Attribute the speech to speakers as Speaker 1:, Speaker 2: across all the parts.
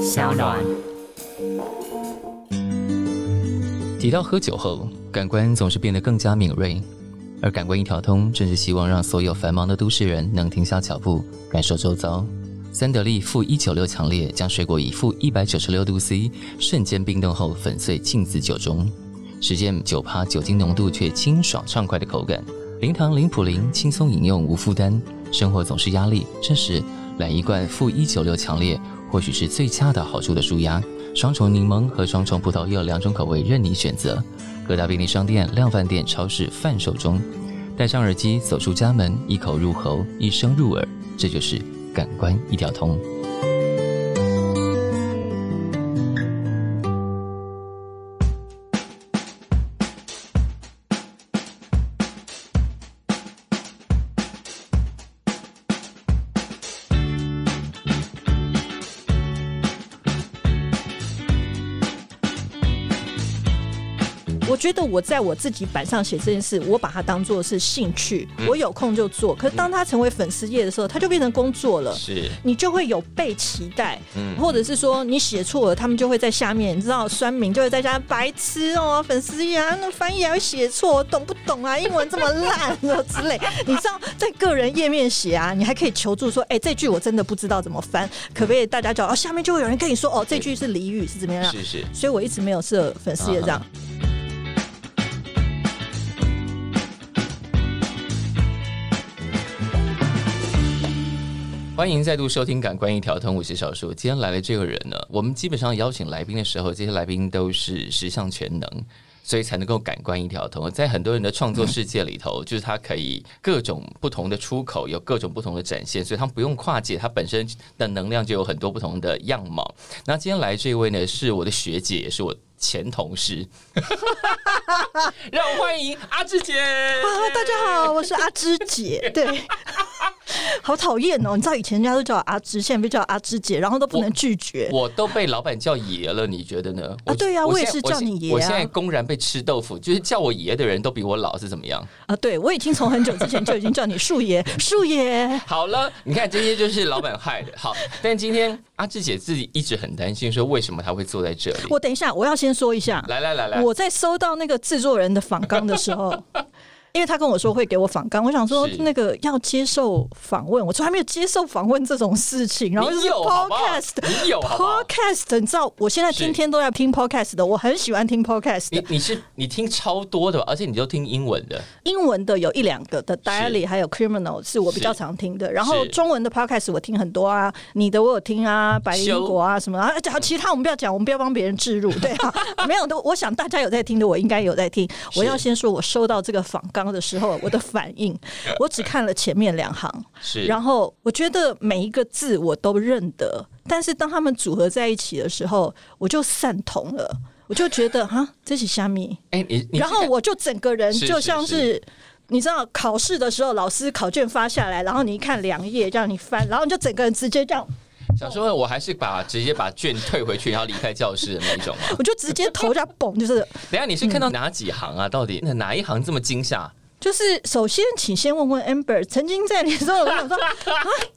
Speaker 1: 小暖。
Speaker 2: 提到喝酒后，感官总是变得更加敏锐，而感官一条通正是希望让所有繁忙的都市人能停下脚步，感受周遭。三得利负一九六强烈将水果以负一百九十六度 C 瞬间冰冻后粉碎浸渍酒中，实践酒趴酒精浓度却清爽畅快的口感。零糖零普林，轻松饮用无负担。生活总是压力，这时来一罐负一九六强烈，或许是最恰到好处的舒压。双重柠檬和双重葡萄柚两种口味任你选择，各大便利商店、量贩店、超市贩售中。戴上耳机，走出家门，一口入喉，一声入耳，这就是感官一条通。
Speaker 3: 我觉得我在我自己板上写这件事，我把它当做是兴趣，
Speaker 1: 嗯
Speaker 3: 我有空就做。可是当它成为粉丝页的时候，它就变成工作了。
Speaker 1: 是，
Speaker 3: 你就会有被期待，
Speaker 1: 嗯
Speaker 3: 或者是说你写错了，他们就会在下面，你知道，酸民就会在下面白痴哦，粉丝页啊，那翻译还会写错，懂不懂啊？英文这么烂哦之类，你知道，在个人页面写啊，你还可以求助说，哎、这句我真的不知道怎么翻，可不可以大家叫？哦，下面就会有人跟你说，哦，这句是俚语是怎么样？
Speaker 1: 是是，
Speaker 3: 所以我一直没有设粉丝页这样。
Speaker 2: 欢迎再度收听《感官一条通》，我是小树。今天来的这个人呢，我们基本上邀请来宾的时候，这些来宾都是十项全能，所以才能够感官一条通。在很多人的创作世界里头，就是他可以各种不同的出口，有各种不同的展现，所以他不用跨界，他本身的能量就有很多不同的样貌。那今天来这位呢，是我的学姐，也是我前同事，让我欢迎阿志姐。
Speaker 3: 啊，大家好，我是阿芝姐，对。 好讨厌哦！你知道以前人家都叫我阿芝，现在被叫阿芝姐，然后都不能拒绝。
Speaker 2: 我都被老板叫爷了，你觉得呢？我
Speaker 3: 对啊我也
Speaker 2: 现在
Speaker 3: 是叫你爷啊
Speaker 2: 我现在公然被吃豆腐，就是叫我爷的人都比我老是怎么样？
Speaker 3: 啊，对我已经从很久之前就已经叫你 树爷，树爷。
Speaker 2: 好了，你看这些就是老板害的。好，但今天阿志姐自己一直很担心，说为什么她会坐在这里？
Speaker 3: 我等一下，我要先说一下，
Speaker 2: 来来来来，
Speaker 3: 我在收到那个制作人的访纲的 时候，因为他跟我说会给我访纲，我想说
Speaker 2: 是
Speaker 3: 那个要接受访问，我从来没有接受访问这种事情，然后就是
Speaker 2: 你有好不好
Speaker 3: podcast。
Speaker 2: 你有好不好？
Speaker 3: Podcast，你知道我现在
Speaker 2: 是
Speaker 3: 天天都在听 Podcast 的，我很喜欢听 Podcast 的
Speaker 2: 你。你是你听超多的吧，而且你就听英文的，
Speaker 3: 英文的有一两个的 Daily 还有 Criminal 是我比较常听的，然后
Speaker 2: 是嗯
Speaker 3: 中文的 Podcast 我听很多啊，你的我有听啊，白灵
Speaker 2: 修
Speaker 3: 果啊什么啊，而且
Speaker 2: 嗯
Speaker 3: 其他我们不要讲，我们不要帮别人置 入，对啊，没有的，我想大家有在听的，我应该有在听。我要先说，我收到这个访纲的时候，我的反 应，我只看了前面两行，
Speaker 2: 是。
Speaker 3: 然后我觉得每一个字我都认得，但是当他们组合在一起的时候，我就散瞳了，我就觉得哈，这是虾米。
Speaker 2: 哎、你你
Speaker 3: 然后我就整个人
Speaker 2: 是
Speaker 3: 就是像是。你知道考试的时候，老师考卷发下来，然后你一看两页，让你翻，然后你就整个人直接这样，
Speaker 2: 想说，我还是把直接把卷退回去，然后离开教室的那一种吗？
Speaker 3: 我就直接头这样蹦，就是
Speaker 2: 等一下你是看
Speaker 3: 嗯
Speaker 2: 到哪几行啊？到底那哪一行这么惊吓？啊
Speaker 3: 就是。首先，请先问问 Amber，曾经在你说，我想说 啊，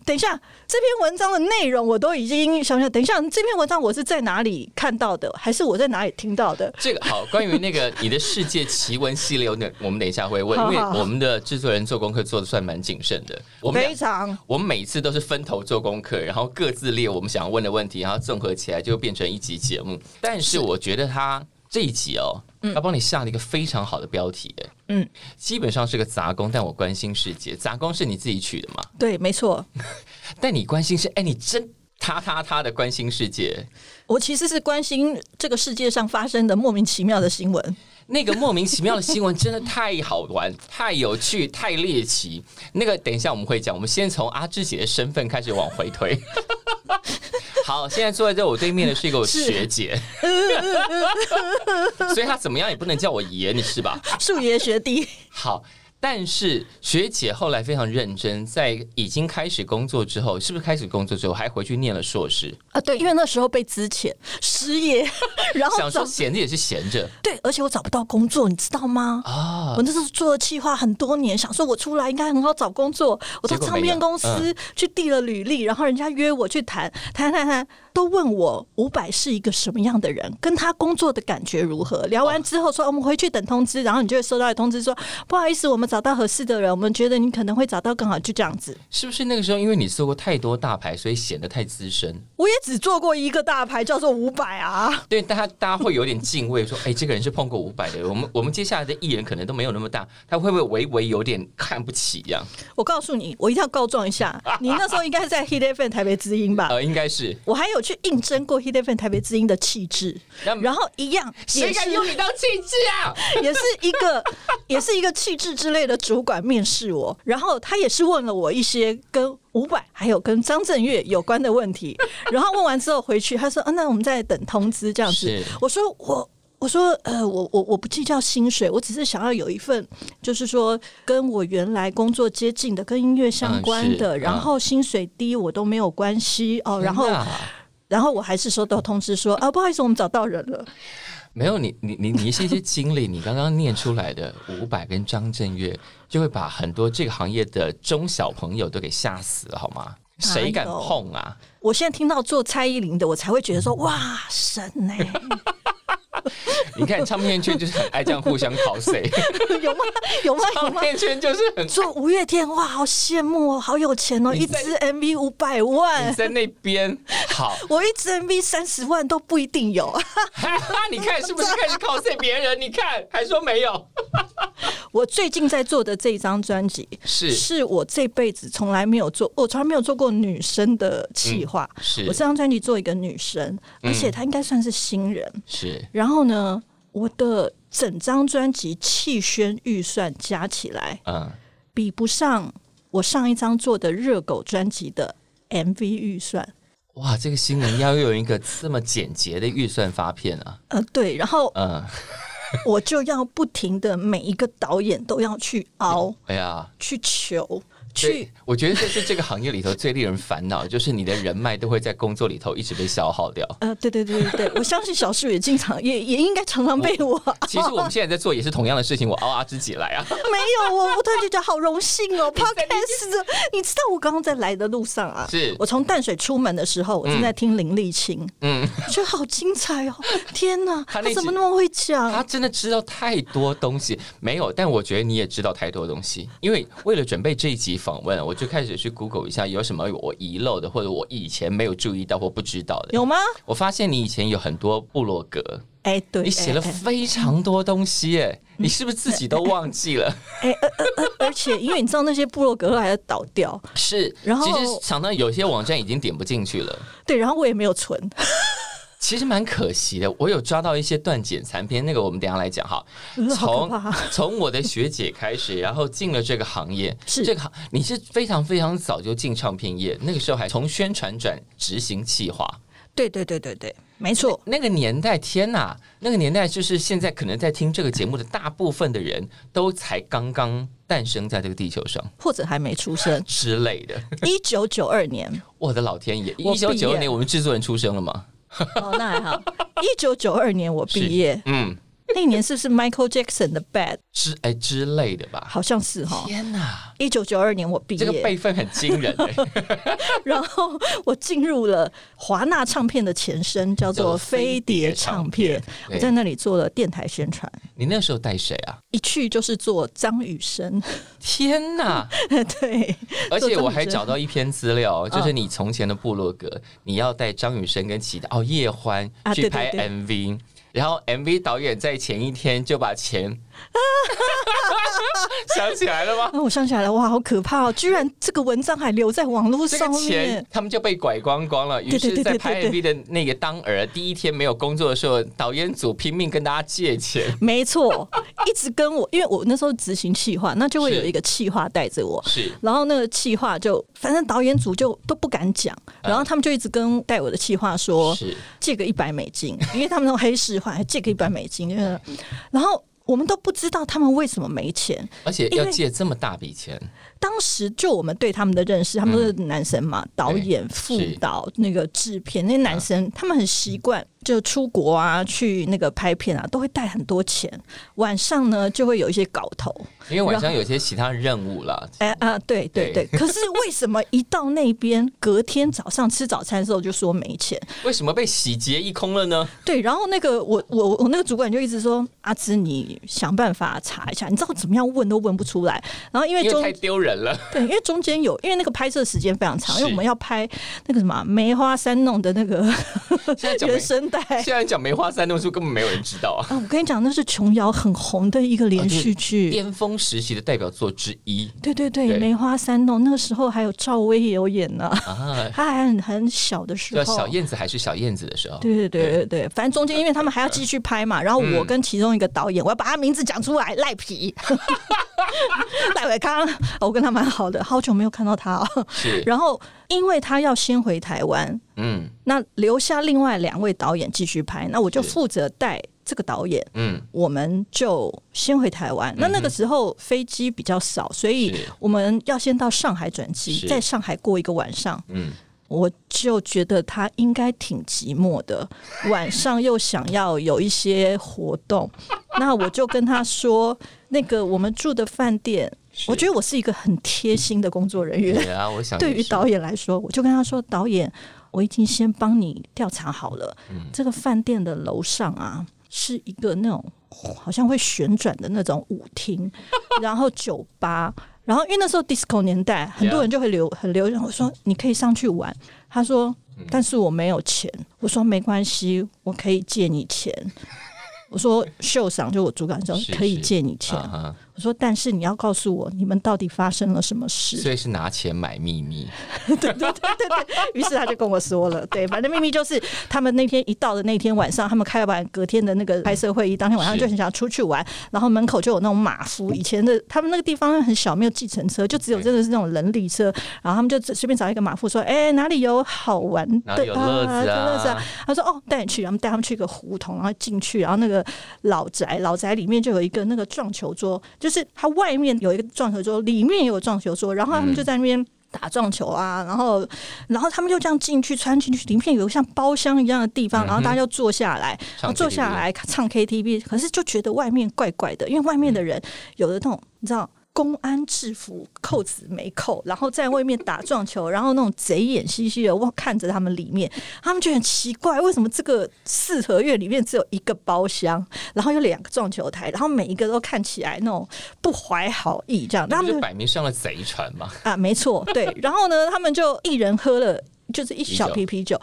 Speaker 3: 等一下，这篇文章的内容我都已经想想，等一下，这篇文章我是在哪里看到的，还是我在哪里听到的？
Speaker 2: 这个好，关于那个你的世界奇闻系列，我等我们等一下会问，
Speaker 3: 好
Speaker 2: 因为
Speaker 3: 好好
Speaker 2: 我们的制作人做功课做的算蛮谨慎的。我们
Speaker 3: 非
Speaker 2: 俩
Speaker 3: 常
Speaker 2: 我们每次都是分头做功课，然后各自列我们想要问的问题，然后综合起来就变成一集节目。但是我觉得他这一集哦，他帮你下了一个非常好的标题，哎
Speaker 3: 嗯，
Speaker 2: 基本上是个杂工，但我关心世界。杂工是你自己取的嘛？
Speaker 3: 对，没错。
Speaker 2: 但你关心是，哎，你真他他他的关心世界。
Speaker 3: 我其实是关心这个世界上发生的莫名其妙的新闻。
Speaker 2: 那个莫名其妙的新闻真的太好玩、太有趣、太猎奇。那个等一下我们会讲，我们先从阿芝姐的身份开始往回推。好，现在坐在这我对面的是一个我
Speaker 3: 是
Speaker 2: 学姐，所以她怎么样也不能叫我爷，你是吧？
Speaker 3: 树爷学弟，
Speaker 2: 好，但是学姐后来非常认真，在已经开始工作之后，是不是开始工作之后还回去念了硕士？
Speaker 3: 啊，对，因为那时候被资遣失业，然后
Speaker 2: 想
Speaker 3: 找
Speaker 2: 说闲着也是闲着
Speaker 3: 对，而且我找不到工作，你知道吗？
Speaker 2: 啊
Speaker 3: 我，那时候做了企划很多年，想说我出来应该很好找工作，我到
Speaker 2: 结果
Speaker 3: 唱
Speaker 2: 没有嗯
Speaker 3: 片公司去递了履历，然后人家约我去谈，谈谈谈，都问我伍佰是一个什么样的人，跟他工作的感觉如何。聊完之后说、哦我们回去等通知，然后你就会收到通知说不好意思，我们找到合适的人，我们觉得你可能会找到更好，就这样子。
Speaker 2: 是不是那个时候因为你做过太多大牌，所以显得太资深？
Speaker 3: 我也只做过一个大牌，叫做伍佰啊。
Speaker 2: 对，大家大家会有点敬畏，说：“哎、这个人是碰过五百的。”我们我们接下来的艺人可能都没有那么大，他会不会微微有点看不起一样？
Speaker 3: 我告诉你，我一定要告状 一下，你那时候应该是在 Hit FM 台北之音吧？
Speaker 2: 呃，应该是。
Speaker 3: 我还有去应征过 Hit FM 台北之音的气质，
Speaker 2: 那
Speaker 3: 然后一样也
Speaker 2: 嗯谁敢
Speaker 3: 是
Speaker 2: 用你当气质啊？
Speaker 3: 也是一个也是一个气质之类的主管面试我，然后他也是问了我一些跟伍佰还有跟张震岳有关的 问题，然后问完之后回去，他说：“啊，那我们再等通知这样子
Speaker 2: 是。”
Speaker 3: 我说：“我。”我说，呃，我我我不计较薪水，我只是想要有一份，就是说跟我原来工作接近的、跟音乐相
Speaker 2: 嗯
Speaker 3: 关
Speaker 2: 是
Speaker 3: 的，然
Speaker 2: 嗯
Speaker 3: 后薪水低我都没有关系哦。然后
Speaker 2: 天，哪
Speaker 3: 然后我还是收到通知说，啊，不好意思，我们找到人了。
Speaker 2: 没有你，你你你一些些经历，你刚刚念出来的伍佰跟张震岳，就会把很多这个行业的中小朋友都给吓死了，好吗？
Speaker 3: 哪有
Speaker 2: 谁敢碰啊？
Speaker 3: 我现在听到做蔡依林的，我才会觉得说
Speaker 2: 嗯
Speaker 3: 哇神呢、
Speaker 2: 你看唱片圈就是很爱这样互相 考谁，
Speaker 3: 有吗？有吗？有
Speaker 2: 唱
Speaker 3: 吗？
Speaker 2: 片圈就是 很
Speaker 3: 做五月天哇，好羡慕哦，好有钱哦，
Speaker 2: 你
Speaker 3: 一
Speaker 2: 在
Speaker 3: 支 MV 五百
Speaker 2: 你
Speaker 3: 万，
Speaker 2: 在那边好，
Speaker 3: 我一支 MV 三十万都不一定有。
Speaker 2: 哈哈， 你看是不是开始 cos 别人？你看还说没有，
Speaker 3: 我最近在做的这一张专辑，
Speaker 2: 是
Speaker 3: 是我这辈子从来没有做，我从来没有做过女生的企划。
Speaker 2: 嗯是嗯
Speaker 3: 我这张专辑做一个女生，而且她应该算是新人。
Speaker 2: 是
Speaker 3: 然后呢，我的整张专辑气宣预算加起来
Speaker 2: 嗯，
Speaker 3: 比不上我上一张做的热狗专辑的 MV 预算。
Speaker 2: 哇，这个新人要有一个这么简洁的预算发片啊，
Speaker 3: 呃，对，然后
Speaker 2: 嗯，
Speaker 3: 我就要不停的每一个导演都要去熬、
Speaker 2: 哎呀。
Speaker 3: 去求、
Speaker 2: 对
Speaker 3: 去，
Speaker 2: 我觉得这是这个行业里头最令人烦恼，就是你的人脉都会在工作里头一直被消耗掉。
Speaker 3: 呃，对对对对对，我相信小树也经常也也应该常常被我啊
Speaker 2: 其实我们现在在做也是同样的事情，我嗷嗷自己来啊，
Speaker 3: 没有我，我突然就觉得好荣幸 哦，Podcast 的，你知道我刚刚在来的路上啊，
Speaker 2: 是
Speaker 3: 我从淡水出门的时候，我正在听林立清，
Speaker 2: 嗯，
Speaker 3: 我觉得好精彩哦，天哪，
Speaker 2: 他
Speaker 3: 他
Speaker 2: 那集
Speaker 3: 怎么那么会讲？
Speaker 2: 他真的知道太多东西，没有，但我觉得你也知道太多东西，因为为了准备这一集访问，我就开始去 Google 一下有什么我遗漏的，或者我以前没有注意到或不知道的。
Speaker 3: 有吗？
Speaker 2: 我发现你以前有很多部落格，
Speaker 3: 哎，对，嗯
Speaker 2: 你写
Speaker 3: 哎
Speaker 2: 了
Speaker 3: 哎
Speaker 2: 非常多东西，哎，你是不是自己都忘记 了？
Speaker 3: 哎，呃呃呃，而且因为你知道那些部落格后来倒掉，
Speaker 2: 是，
Speaker 3: 然后
Speaker 2: 其实想到有些网站已经点不进去了。
Speaker 3: 对，然后我也没有存，
Speaker 2: 其实蛮可惜的，我有抓到一些断简残篇，那个我们等一下来讲哈。
Speaker 3: 嗯 好
Speaker 2: 从
Speaker 3: 可怕啊
Speaker 2: 从我的学姐开始，然后进了这个行业，
Speaker 3: 是
Speaker 2: 这个行你是非常非常早就进唱片业，那个时候还从宣传转执行企划，
Speaker 3: 对对对对对，没错，
Speaker 2: 那个年代，天哪，那个年代就是现在可能在听这个节目的大部分的人都才刚刚诞生在这个地球上。
Speaker 3: 或者还没出生
Speaker 2: 之类 的。
Speaker 3: 一九九二年，
Speaker 2: 我的老天爷，
Speaker 3: 我
Speaker 2: 一
Speaker 3: 毕
Speaker 2: 九
Speaker 3: 业
Speaker 2: 九二年我们制作人出生了吗？
Speaker 3: 哦，那还好。一九九二年我
Speaker 2: 是
Speaker 3: 毕业，
Speaker 2: 嗯，
Speaker 3: 那一年是不是 Michael Jackson 的 Bad？
Speaker 2: 之哎之类的吧。
Speaker 3: 好像是哈。
Speaker 2: 天哪，
Speaker 3: 一九九二年我毕
Speaker 2: 这个
Speaker 3: 业，
Speaker 2: 辈分很惊 人、哎。
Speaker 3: 然后我进入了华纳唱片的前身，叫
Speaker 2: 叫做
Speaker 3: 做
Speaker 2: 飞
Speaker 3: 飞
Speaker 2: 碟
Speaker 3: 碟唱片
Speaker 2: 唱片。对
Speaker 3: 我在那里做了电台宣传，
Speaker 2: 你那时候带谁啊？
Speaker 3: 一去就是做张雨生，
Speaker 2: 天哪！
Speaker 3: 对，
Speaker 2: 而且我还
Speaker 3: 做张雨生
Speaker 2: 找到一篇资料，就是
Speaker 3: 嗯
Speaker 2: 你从前的部落格，你要带张雨生跟其他哦叶欢
Speaker 3: 啊
Speaker 2: 去
Speaker 3: 对对
Speaker 2: 拍
Speaker 3: 对
Speaker 2: MV，然后 MV 导演在前一天就把 钱，想起来了吗？
Speaker 3: 哦那我想起来了，哇，好可怕哦！居然这个文章还留在网络
Speaker 2: 这个
Speaker 3: 上
Speaker 2: 钱
Speaker 3: 面。
Speaker 2: 他们就被拐光光了，于
Speaker 3: 对对
Speaker 2: 是，
Speaker 3: 对对
Speaker 2: 在
Speaker 3: 对
Speaker 2: 拍
Speaker 3: 对
Speaker 2: MV 的那个当儿，第一天没有工作的时候，导演组拼命跟大家借钱，
Speaker 3: 没错，一直跟我，因为我那时候执行企划，那就会
Speaker 2: 是
Speaker 3: 有一个企划带着我，
Speaker 2: 是
Speaker 3: 然后那个企划就，反正导演组就都不敢讲，然后他们就一直跟带我的企划说
Speaker 2: 嗯是
Speaker 3: 借个一百美金，因为他们那种黑市化，还借个一百美金，就是然后我们都不知道他们为什么没钱。
Speaker 2: 而且
Speaker 3: 因
Speaker 2: 要
Speaker 3: 为
Speaker 2: 借这么大笔钱，
Speaker 3: 当时就我们对他们的认识，他嗯们都是男生嘛，导演、嗯
Speaker 2: 对
Speaker 3: 副
Speaker 2: 是
Speaker 3: 导、那个制片那些男生，他们很习惯就出国啊，去那个拍片啊，都会带很多钱。晚上呢，就会有一些搞头。
Speaker 2: 因为晚上有些其他任务啦，
Speaker 3: 哎啊，对对对。可是为什么一到那边，隔天早上吃早餐的时候就说没钱？
Speaker 2: 为什么被洗劫一空了呢？
Speaker 3: 对，然后那个我我我那个主管就一直说：“阿芝，你想办法查一下，你知道怎么样问都问不出来。”然后因为
Speaker 2: 因为
Speaker 3: 中
Speaker 2: 太丢人了。
Speaker 3: 对，因为中间有因为那个拍摄时间非常长，
Speaker 2: 是
Speaker 3: 因为我们要拍那个什么啊梅花三弄的 那个
Speaker 2: 现在讲梅
Speaker 3: 原，声带。
Speaker 2: 现在讲梅花三弄书根本没有人知道啊。
Speaker 3: 啊，我跟你讲，那是琼瑶很红的一个
Speaker 2: 哦
Speaker 3: 连续剧。
Speaker 2: 巅峰时期的代表作之一
Speaker 3: 对对对，
Speaker 2: 对
Speaker 3: 梅花三弄那个时候还有赵薇也有演呢、
Speaker 2: 啊，
Speaker 3: 她还很很小的时
Speaker 2: 叫
Speaker 3: 候。
Speaker 2: 小燕子还是小燕子的时候，
Speaker 3: 对对对对对，反正中间因为他们
Speaker 2: 嗯
Speaker 3: 还要继续拍嘛，然后我跟其中一个导演，我要把他名字讲出来，赖皮， 赖伟康，哦我跟他蛮好的，好久没有看到他哦。
Speaker 2: 是
Speaker 3: 然后因为他要先回台湾，
Speaker 2: 嗯
Speaker 3: 那留下另外两位导演继续拍，那我就是负责带这个导演。
Speaker 2: 嗯
Speaker 3: 我们就先回台湾。那那个时候飞机比较少，所以
Speaker 2: 是
Speaker 3: 我们要先到上海转机，
Speaker 2: 是
Speaker 3: 在上海过一个晚上。
Speaker 2: 嗯，
Speaker 3: 我就觉得他应该挺寂寞的，晚上又想要有一些活动，那我就跟他说，那个我们住的饭店，我觉
Speaker 2: 得
Speaker 3: 得我是一个很贴心的工作人员。
Speaker 2: 对啊，我想
Speaker 3: 对
Speaker 2: 也
Speaker 3: 于
Speaker 2: 是
Speaker 3: 导演来说，我就跟他说：“导演，我已经先帮你调查好了，
Speaker 2: 嗯
Speaker 3: 这个饭店的楼上啊，是一个那种好像会旋转的那种舞 厅，然后酒吧，然后因为那时候 disco 年代，很多人就会流很流行。我说你可以上去玩，他说，
Speaker 2: 嗯
Speaker 3: 但是我没有钱。我说没关系，我可以借你 钱。我说秀赏就我主管说
Speaker 2: 是
Speaker 3: 可以
Speaker 2: 是
Speaker 3: 借你钱，
Speaker 2: 啊哈
Speaker 3: 我说但是你要告诉我你们到底发生了什么事。”
Speaker 2: 所以是拿钱买秘密，
Speaker 3: 于是他就跟我说了，对，反正秘密就是他们那天一到的那天晚上，他们开完隔天的那个拍摄会议，当天晚上
Speaker 2: 是嗯
Speaker 3: 就很想出去玩，然后门口就有那种马夫，以前的他们那个地方很小，没有计程车，就只有真的是那种人力车，然后他们就随便找一个马夫说，哎、哪里有好玩的啊
Speaker 2: 哪里有乐子
Speaker 3: 乐子
Speaker 2: 啊
Speaker 3: 啊？他说哦，带你去，然后带他们去一个胡同，然后进去，然后那个老宅，老宅里面就有一个那个撞球桌，就是它外面有一个撞球桌，里面也有撞球桌，然后他们就在那边。打撞球啊，然后，然后他们就这样进去，穿进去，里面有个像包厢一样的地方，然后大家就坐下来，然
Speaker 2: 唱
Speaker 3: 后坐下
Speaker 2: KTV
Speaker 3: 来唱 KTV，可是就觉得外面怪怪的，因为外面的人有的那种你知道公安制服扣子没扣，然后在外面打撞球，然后那种贼眼兮兮的望看着他们里面，他们就很奇怪，为什么这个四合院里面只有一个包厢，然后有两个撞球台，然后每一个都看起来那种不怀好意这样，
Speaker 2: 那
Speaker 3: 他
Speaker 2: 不
Speaker 3: 们
Speaker 2: 是
Speaker 3: 就
Speaker 2: 摆明上了贼船嘛？
Speaker 3: 啊，没错，对。然后呢，他们就一人喝了就是一
Speaker 2: 啤
Speaker 3: 小
Speaker 2: 酒嗯
Speaker 3: 瓶啤酒，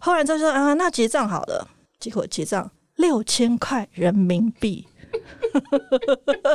Speaker 3: 后来就说啊，那结账好了。结果结账六千块人民币。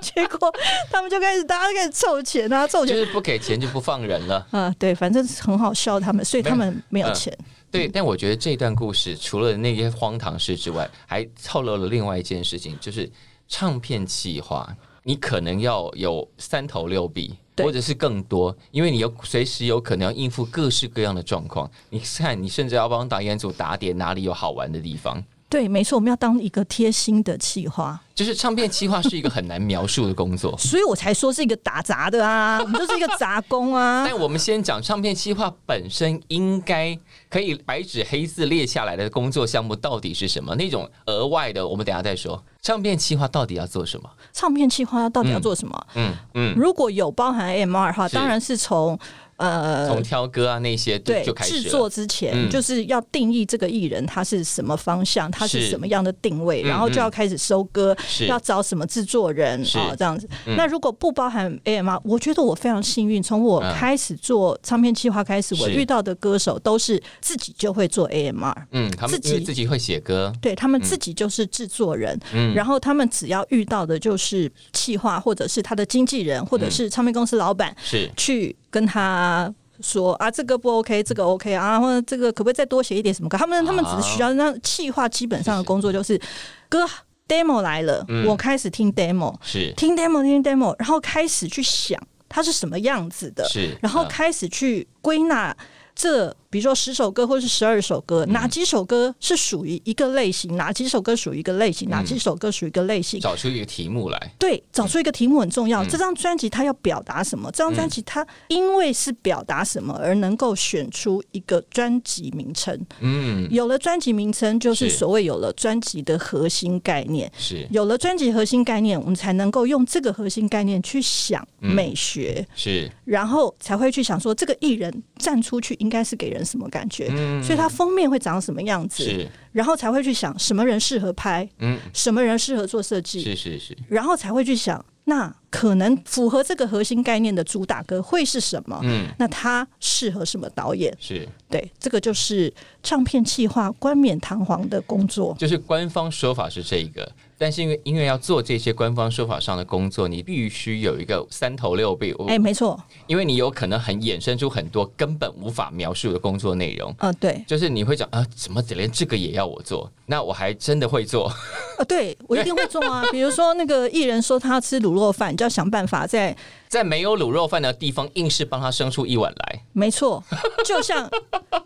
Speaker 3: 结果他们就开始，大家就开始凑钱啊，凑
Speaker 2: 就
Speaker 3: 钱
Speaker 2: 是不给钱就不放人了。
Speaker 3: 啊，对，反正很好笑他们，所以他们没有
Speaker 2: 嗯
Speaker 3: 钱。
Speaker 2: 对，但我觉得这段故事除了那些荒唐事之外，还透露了另外一件事情，就是唱片企划，你可能要有三头六臂，
Speaker 3: 对
Speaker 2: 或者是更多，因为你有随时有可能要应付各式各样的状况。你看，你甚至要帮导演组打点哪里有好玩的地方。
Speaker 3: 对，没错，我们要当一个贴心的企划，，
Speaker 2: 就是唱片企划是一个很难描述的工作
Speaker 3: 所以我才说是一个打杂的啊，我们就是一个杂工啊。
Speaker 2: 但我们先讲唱片企划本身应该可以白纸黑字列下来的工作项目到底是什么？那种额外的，我们等一下再说。唱片企划到底要做什么？
Speaker 3: 唱片企划到底要做什么？
Speaker 2: 嗯嗯，
Speaker 3: 如果有包含 MR 的话，
Speaker 2: 是
Speaker 3: 当然是从呃
Speaker 2: 从挑歌啊那些就
Speaker 3: 对
Speaker 2: 就开始
Speaker 3: 制
Speaker 2: 了
Speaker 3: 作之前，
Speaker 2: 嗯
Speaker 3: 就是要定义这个艺人他是什么方向，他是
Speaker 2: 是
Speaker 3: 什么样的定位，
Speaker 2: 嗯
Speaker 3: 然后就要开始收歌，
Speaker 2: 是
Speaker 3: 要找什么制作人
Speaker 2: 是嗯
Speaker 3: 啊、这样子。那如果不包含 AMR，我觉得我非常幸运，从我
Speaker 2: 嗯
Speaker 3: 开始做唱片计划开始，我
Speaker 2: 是
Speaker 3: 遇到的歌手都是自己就会做 AMR。
Speaker 2: 嗯，他们
Speaker 3: 自己
Speaker 2: 因为自己会写歌，
Speaker 3: 对他们自己就是制作人，
Speaker 2: 嗯
Speaker 3: 然后他们只要遇到的就是企划，或者是他的经纪人，
Speaker 2: 嗯
Speaker 3: 或者是唱片公司老板，
Speaker 2: 是
Speaker 3: 去跟他说啊，这个不 OK，这个 OK 啊，或者这个可不可以再多写一点什么歌？他们他们只是需要让气化基本上的工作就是歌 demo 来了，我开始听 demo，
Speaker 2: 是
Speaker 3: 听 demo 听 demo，然后开始去想它是什么样子的，
Speaker 2: 是，
Speaker 3: 然后
Speaker 2: 嗯
Speaker 3: 开始去归纳这比如说十首歌或是十二首歌，哪几首歌是属于一个类型，哪几首歌属于一个类型，哪几首歌属于一个类型。
Speaker 2: 找出一个题目来，
Speaker 3: 对，找出一个题目很重
Speaker 2: 嗯
Speaker 3: 要。这张专辑它要表达什么？这张专辑它因为是表达什么而能够选出一个专辑名称。
Speaker 2: 嗯，
Speaker 3: 有了专辑名称，就是
Speaker 2: 是
Speaker 3: 所谓有了专辑的核心概念。
Speaker 2: 是
Speaker 3: 有了专辑核心概念，我们才能够用这个核心概念去想
Speaker 2: 嗯
Speaker 3: 美学，
Speaker 2: 是，
Speaker 3: 然后才会去想说这个艺人站出去应该是给人什么感觉，
Speaker 2: 嗯，
Speaker 3: 所以它封面会长什么样子，
Speaker 2: 是，
Speaker 3: 然后才会去想什么人适合拍，
Speaker 2: 嗯，
Speaker 3: 什么人适合做设计，
Speaker 2: 是是是，
Speaker 3: 然后才会去想那可能符合这个核心概念的主打歌会是什么。
Speaker 2: 嗯，
Speaker 3: 那它适合什么导演？
Speaker 2: 是，
Speaker 3: 对，这个就是唱片企划冠冕堂皇的工作。
Speaker 2: 就是官方说法是这一个，但是因为因为要做这些官方说法上的工作，你必须有一个三头六臂，我
Speaker 3: 哎、没错，
Speaker 2: 因为你有可能很衍生出很多根本无法描述的工作内容。
Speaker 3: 呃，对，
Speaker 2: 就是你会讲啊，怎么连这个也要我做？那我还真的会做，
Speaker 3: 啊，对我一定会中啊。比如说那个艺人说他要吃卤肉饭，就要想办法在
Speaker 2: 在没有卤肉饭的地方，硬是帮他生出一碗来。
Speaker 3: 没错，就像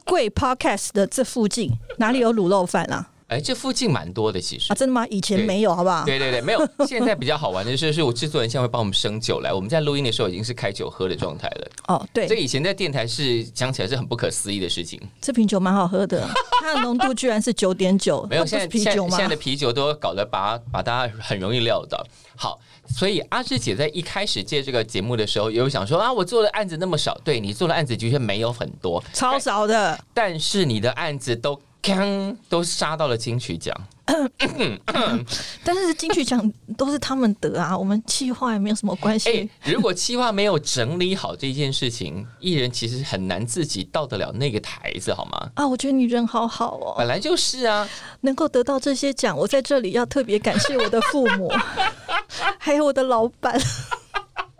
Speaker 3: 贵 Podcast 的这附近哪里有卤肉饭啊？
Speaker 2: 哎，这附近蛮多的，其实
Speaker 3: 啊，。真的啊吗？以前没有，好不好？
Speaker 2: 对对对，没有。现在比较好玩的是，是我制作人现在会帮我们生酒来。我们在录音的时候已经是开酒喝的状态了。
Speaker 3: 哦，
Speaker 2: 这
Speaker 3: 对，
Speaker 2: 以前在电台是讲起来是很不可思议的事情。
Speaker 3: 这瓶酒蛮好喝的，它的浓度居然是九点九，
Speaker 2: 没有，
Speaker 3: 那 不
Speaker 2: 现
Speaker 3: 是
Speaker 2: 在
Speaker 3: 啤
Speaker 2: 现在
Speaker 3: 酒吗
Speaker 2: 现在？的啤酒都搞得把把大家很容易撂倒。好，所以阿芝姐在一开始接这个节目的时候，有想说啊，我做的案子那么少，对你做的案子的确没有很多，
Speaker 3: 超少的，
Speaker 2: 但是你的案子都锵都杀到了金曲 奖。
Speaker 3: 但是金曲奖都是他们得啊，我们企划也没有什么关系。
Speaker 2: 哎、如果企划没有整理好这件事情，艺人其实很难自己到得了那个台子，好吗？
Speaker 3: 啊，我觉得你人好好哦，
Speaker 2: 本来就是啊，
Speaker 3: 能够得到这些奖，我在这里要特别感谢我的父 母，还有我的老板。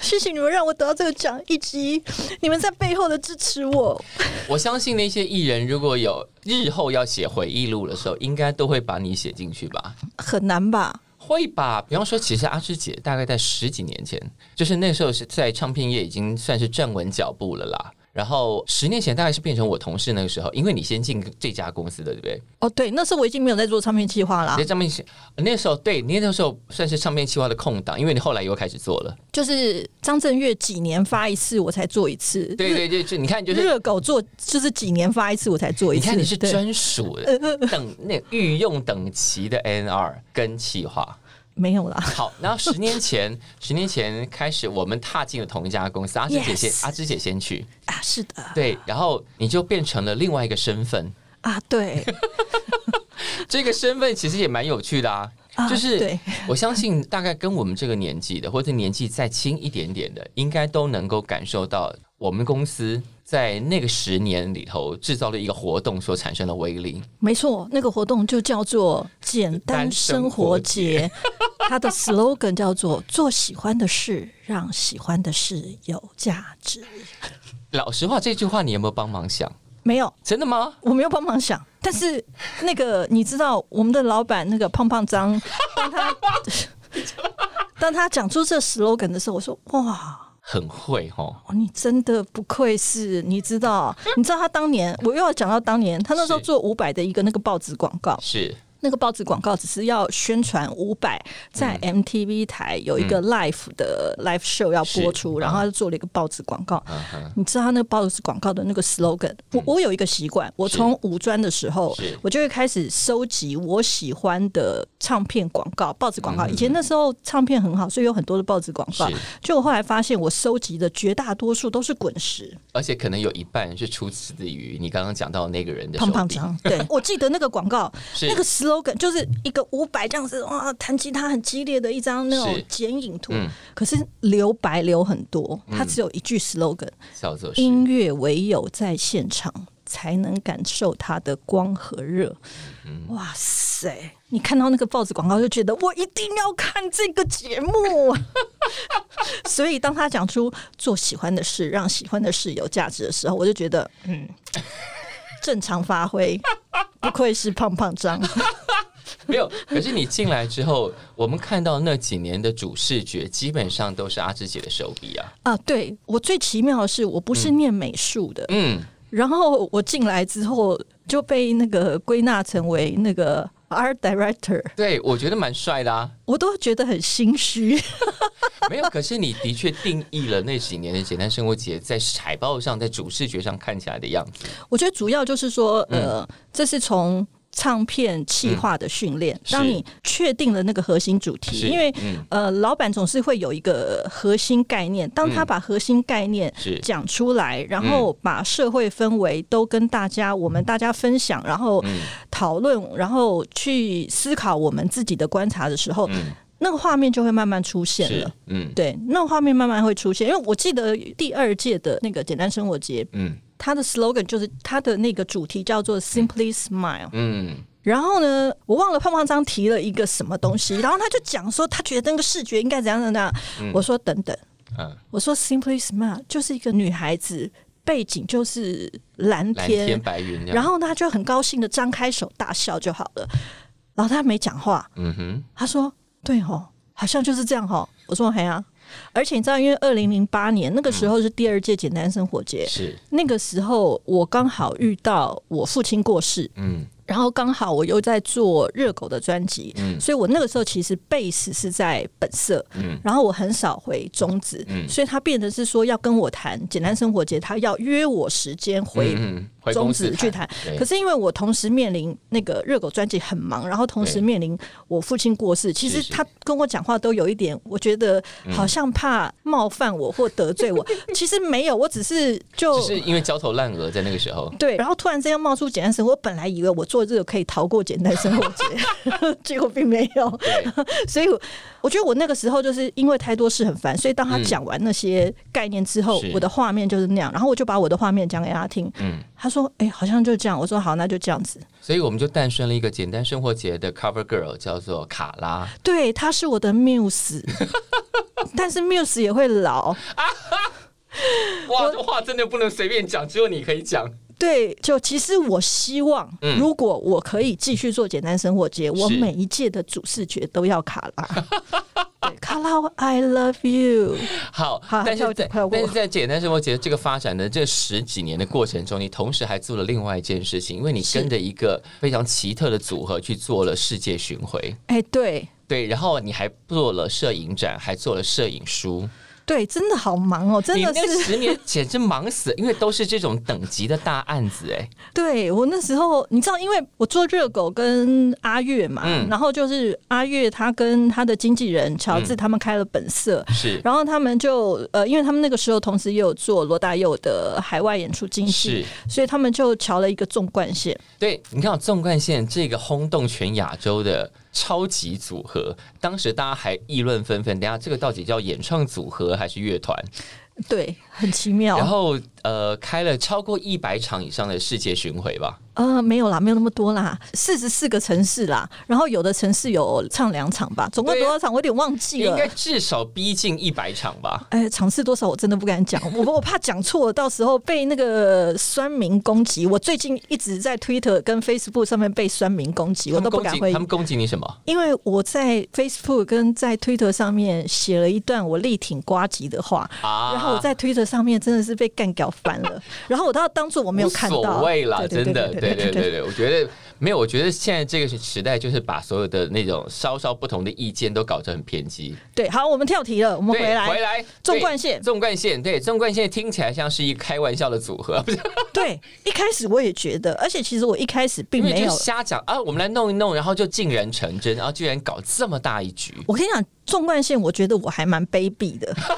Speaker 3: 谢谢你们让我得到这个奖，以及你们在背后的支持我。
Speaker 2: 我相信那些艺人如果有日后要写回忆录的时候，应该都会把你写进去吧。
Speaker 3: 很难吧？
Speaker 2: 会吧？比方说，其实阿芝姐大概在十几年前，就是那时候是在唱片业已经算是站稳脚步了啦。然后十年前大概是变成我同事那个时候，因为你先进这家公司的，对不对？
Speaker 3: 哦，对，那时候我已经没有在做唱片计划啦
Speaker 2: 你在，唱片系那时候，对你那时候算是唱片企划的空档，因为你后来又开始做了。
Speaker 3: 就是张震岳几年发一次，我才做一次。
Speaker 2: 对对对，就你看，就是
Speaker 3: 热狗做就是几年发一次，我才做一
Speaker 2: 你
Speaker 3: 次。
Speaker 2: 看你是
Speaker 3: 对
Speaker 2: 专属的等那御用等级的 NR 跟企划。
Speaker 3: 没有啦，
Speaker 2: 好，然后十年前，十年前开始我们踏进了同一家公司，阿芝姐先
Speaker 3: Yes
Speaker 2: 阿芝姐先去。
Speaker 3: 啊，是的
Speaker 2: 对，然后你就变成了另外一个身份。
Speaker 3: 啊，对
Speaker 2: 这个身份其实也蛮有趣的啊，
Speaker 3: 啊，
Speaker 2: 就是
Speaker 3: 对，
Speaker 2: 我相信大概跟我们这个年纪的，或者年纪再轻一点点的，应该都能够感受到我们公司在那个十年里头制造了一个活动所产生的威力。
Speaker 3: 没错，那个活动就叫做“简单生活节”，它的 slogan 叫做“做喜欢的事，让喜欢的事有价值
Speaker 2: 老实话，这句话你有没有帮忙想？”。
Speaker 3: 没有，
Speaker 2: 真的吗？
Speaker 3: 我没有帮忙想，但是那个你知道，我们的老板那个胖胖张，当 他当他讲出这 slogan 的时候，我说：“哇！”
Speaker 2: 很会哦，
Speaker 3: 哦，你真的不愧是，你知道，你知道他当年，我又要讲到当年，他那时候
Speaker 2: 是
Speaker 3: 做五百的一个那个报纸广告，
Speaker 2: 是
Speaker 3: 那个报纸广告只是要宣传五百
Speaker 2: 嗯
Speaker 3: 在 MTV 台有一个 live 的 live show 要播出，
Speaker 2: 是嗯
Speaker 3: 然后他就做了一个报纸广告。
Speaker 2: 哦
Speaker 3: 你知道他那个报纸广告的那个 slogan？我我有一个习惯，我从五专的时候
Speaker 2: 是，
Speaker 3: 我就会开始收集我喜欢的唱片广告、报纸广告。以前那时候唱片很好，所以有很多的报纸广告
Speaker 2: 嗯是。
Speaker 3: 就我后来发现，我收集的绝大多数都是滚石。
Speaker 2: 而且可能有一半是出自于你刚刚讲到那个人的手
Speaker 3: 胖
Speaker 2: 笔
Speaker 3: 胖张，对我记得那个广告，
Speaker 2: 是
Speaker 3: 那个 slogan 就是一个五百这样子哇，弹吉他很激烈的一张那种
Speaker 2: 是
Speaker 3: 剪影图，
Speaker 2: 嗯
Speaker 3: 可是留白留很多，它只有一句 slogan：、
Speaker 2: 叫做是
Speaker 3: 音乐唯有在现场才能感受它的光和热。
Speaker 2: 嗯
Speaker 3: 哇塞！你看到那个报纸广告就觉得我一定要看这个节目， 所以当他讲出做喜欢的事，让喜欢的事有价值的时候，我就觉得嗯，正常发挥，不愧是胖胖张。
Speaker 2: 没有，可是你进来之后，我们看到那几年的主视觉基本上都是阿芝姐的手笔啊。
Speaker 3: 啊，对我最奇妙的是，我不是念美术的，
Speaker 2: 嗯，
Speaker 3: 然后我进来之后就被那个归纳成为那个 art director，
Speaker 2: 对，我觉得蛮帅的 啊。
Speaker 3: 我都觉得很心虚。
Speaker 2: 没有，可是你的确定义了那几年的简单生活节在海报上、在主视觉上看起来的样子。
Speaker 3: 我觉得主要就是说，
Speaker 2: 嗯
Speaker 3: 呃，这是从唱片企划的训练，
Speaker 2: 是
Speaker 3: 当你确定了那个核心主题，
Speaker 2: 是
Speaker 3: 因为、
Speaker 2: 嗯
Speaker 3: 呃，老板总是会有一个核心概念，
Speaker 2: 嗯
Speaker 3: 当他把核心概念
Speaker 2: 是
Speaker 3: 讲出来，然
Speaker 2: 嗯
Speaker 3: 后把社会氛围都跟大家，我们大家分享，然后
Speaker 2: 嗯
Speaker 3: 讨论，然后去思考我们自己的观察的时候，
Speaker 2: 嗯，
Speaker 3: 那个画面就会慢慢出现
Speaker 2: 是
Speaker 3: 了。
Speaker 2: 嗯
Speaker 3: 对，那个画面慢慢会出现，因为我记得第二届的那个简单生活节，
Speaker 2: 嗯
Speaker 3: 它的 slogan 就是它的那个主题叫做 Simply Smile。
Speaker 2: 嗯，
Speaker 3: 然后呢，我忘了胖胖张提了一个什么东西，然后他就讲说他觉得那个视觉应该怎样怎样。我说等等，
Speaker 2: 嗯
Speaker 3: 我说 Simply Smile 就是一个女孩子，背景就是蓝
Speaker 2: 蓝
Speaker 3: 天，
Speaker 2: 天白云这样，
Speaker 3: 然后她就很高兴的张开手大笑就好了。然后他没讲话，
Speaker 2: 嗯哼，
Speaker 3: 他说：“对吼，好像就是这样吼。”我说：“嘿啊。”而且你知道，因为二零零八年那个
Speaker 2: 嗯
Speaker 3: 时候是第二届简单生活节，
Speaker 2: 是
Speaker 3: 那个时候我刚好遇到我父亲过世，
Speaker 2: 嗯
Speaker 3: 然后刚好我又在做热狗的专辑，
Speaker 2: 嗯
Speaker 3: 所以我那个时候其实 base 是在本色，
Speaker 2: 嗯
Speaker 3: 然后我很少回中子，
Speaker 2: 嗯
Speaker 3: 所以他变得是说要跟我谈简单生活节，他要约我时间回。
Speaker 2: 嗯嗯回
Speaker 3: 中
Speaker 2: 公
Speaker 3: 子
Speaker 2: 司
Speaker 3: 去谈，
Speaker 2: 对
Speaker 3: 可是因为我同时面临那个热狗专辑很忙，然后同时
Speaker 2: 对
Speaker 3: 面临我父亲过世，其
Speaker 2: 是
Speaker 3: 实
Speaker 2: 是
Speaker 3: 他跟我讲话都有一点，我觉得好
Speaker 2: 嗯
Speaker 3: 像怕冒犯我或得 罪我，其实没有，我只是就
Speaker 2: 只是因为焦头烂额在那个时候，
Speaker 3: 对，然后突然之间冒出简单生活，我本来以为我做这个可以逃过简单生活 节，结果并没有。
Speaker 2: 对，
Speaker 3: 所以我我觉得我那个时候就是因为太多事很烦，所以当他
Speaker 2: 嗯
Speaker 3: 讲完那些概念之后，
Speaker 2: 是
Speaker 3: 我的画面就是那样，然后我就把我的画面讲给他听。
Speaker 2: 嗯，
Speaker 3: 他说：“哎、好像就这样。”我说：“好，那就这样子。
Speaker 2: 所以我们就诞生了一个简单生活节的 cover girl，叫做卡拉。”
Speaker 3: 对，他是我的 muse，但是 muse 也会老。
Speaker 2: 哇，这话真的不能随便讲，只有你可以讲。
Speaker 3: 对，就其实我希望，
Speaker 2: 嗯
Speaker 3: 如果我可以继续做简单生活节，我
Speaker 2: 是
Speaker 3: 每一届的主视觉都要卡拉。 对，卡拉，I love you。
Speaker 2: 好，
Speaker 3: 好
Speaker 2: 但
Speaker 3: 跳
Speaker 2: 是在
Speaker 3: 跳过
Speaker 2: 但是在简单生活节这个发展的这十几年的过程中，你同时还做了另外一件事情，因为你
Speaker 3: 是
Speaker 2: 跟着一个非常奇特的组合去做了世界巡回，
Speaker 3: 哎，对
Speaker 2: 对，然后你还做了摄影展，还做了摄影书，
Speaker 3: 对，真的好忙哦，真
Speaker 2: 你
Speaker 3: 的
Speaker 2: 那
Speaker 3: 是。
Speaker 2: 十年简直忙死，因为都是这种等级的大案子，哎，
Speaker 3: 对我那时候，你知道，因为我做热狗跟阿月嘛，
Speaker 2: 嗯
Speaker 3: 然后就是阿月他跟他的经纪人乔治他们开了本色。
Speaker 2: 是
Speaker 3: 然后他们就呃，因为他们那个时候同时也有做罗大佑的海外演出经济
Speaker 2: 是，，
Speaker 3: 所以他们就瞧了一个纵贯线。
Speaker 2: 对，你看纵贯线这个轰动全亚洲的超级组合，当时大家还议论纷纷，等一下这个到底叫演唱组合还是乐团？
Speaker 3: 对，很奇妙。
Speaker 2: 然后呃，开了超过一百场以上的世界巡回吧，
Speaker 3: 呃，没有啦，没有那么多啦，四十四个城市啦，然后有的城市有唱两场吧，总共
Speaker 2: 对啊
Speaker 3: 多少场我有点忘记
Speaker 2: 应
Speaker 3: 了
Speaker 2: 该。至少逼近一百场吧。
Speaker 3: 哎，场次多少我真的不敢讲，我我怕讲错了，到时候被那个酸民攻击。我最近一直在 Twitter 跟 Facebook 上面被酸民攻击，我
Speaker 2: 他们
Speaker 3: 都不
Speaker 2: 攻
Speaker 3: 敢
Speaker 2: 击
Speaker 3: 回
Speaker 2: 他们攻击你什么？
Speaker 3: 因为我在 Facebook 跟在 Twitter 上面写了一段我力挺瓜吉的话，
Speaker 2: 啊
Speaker 3: 然后我在 Twitter 上面真的是被干掉翻了，然后我都要当做我没有看到，
Speaker 2: 无所谓啦，
Speaker 3: 对对
Speaker 2: 真的，
Speaker 3: 对
Speaker 2: 对对
Speaker 3: 对
Speaker 2: 对对，我觉得没有，我觉得现在这个时代就是把所有的那种稍稍不同的意见都搞得很偏激。
Speaker 3: 对，好，我们跳题了，我们
Speaker 2: 对，
Speaker 3: 回来，
Speaker 2: 回来，
Speaker 3: 纵贯线
Speaker 2: 对纵贯线，对，纵贯线听起来像是一个开玩笑的组合，不是？
Speaker 3: 对，一开始我也觉得，而且其实我一开始并
Speaker 2: 因为
Speaker 3: 没
Speaker 2: 就
Speaker 3: 有。
Speaker 2: 瞎讲啊，我们来弄一弄，然后就竟然成真，然后居然搞这么大一局。
Speaker 3: 我跟你讲，纵贯线，我觉得我还蛮卑鄙的。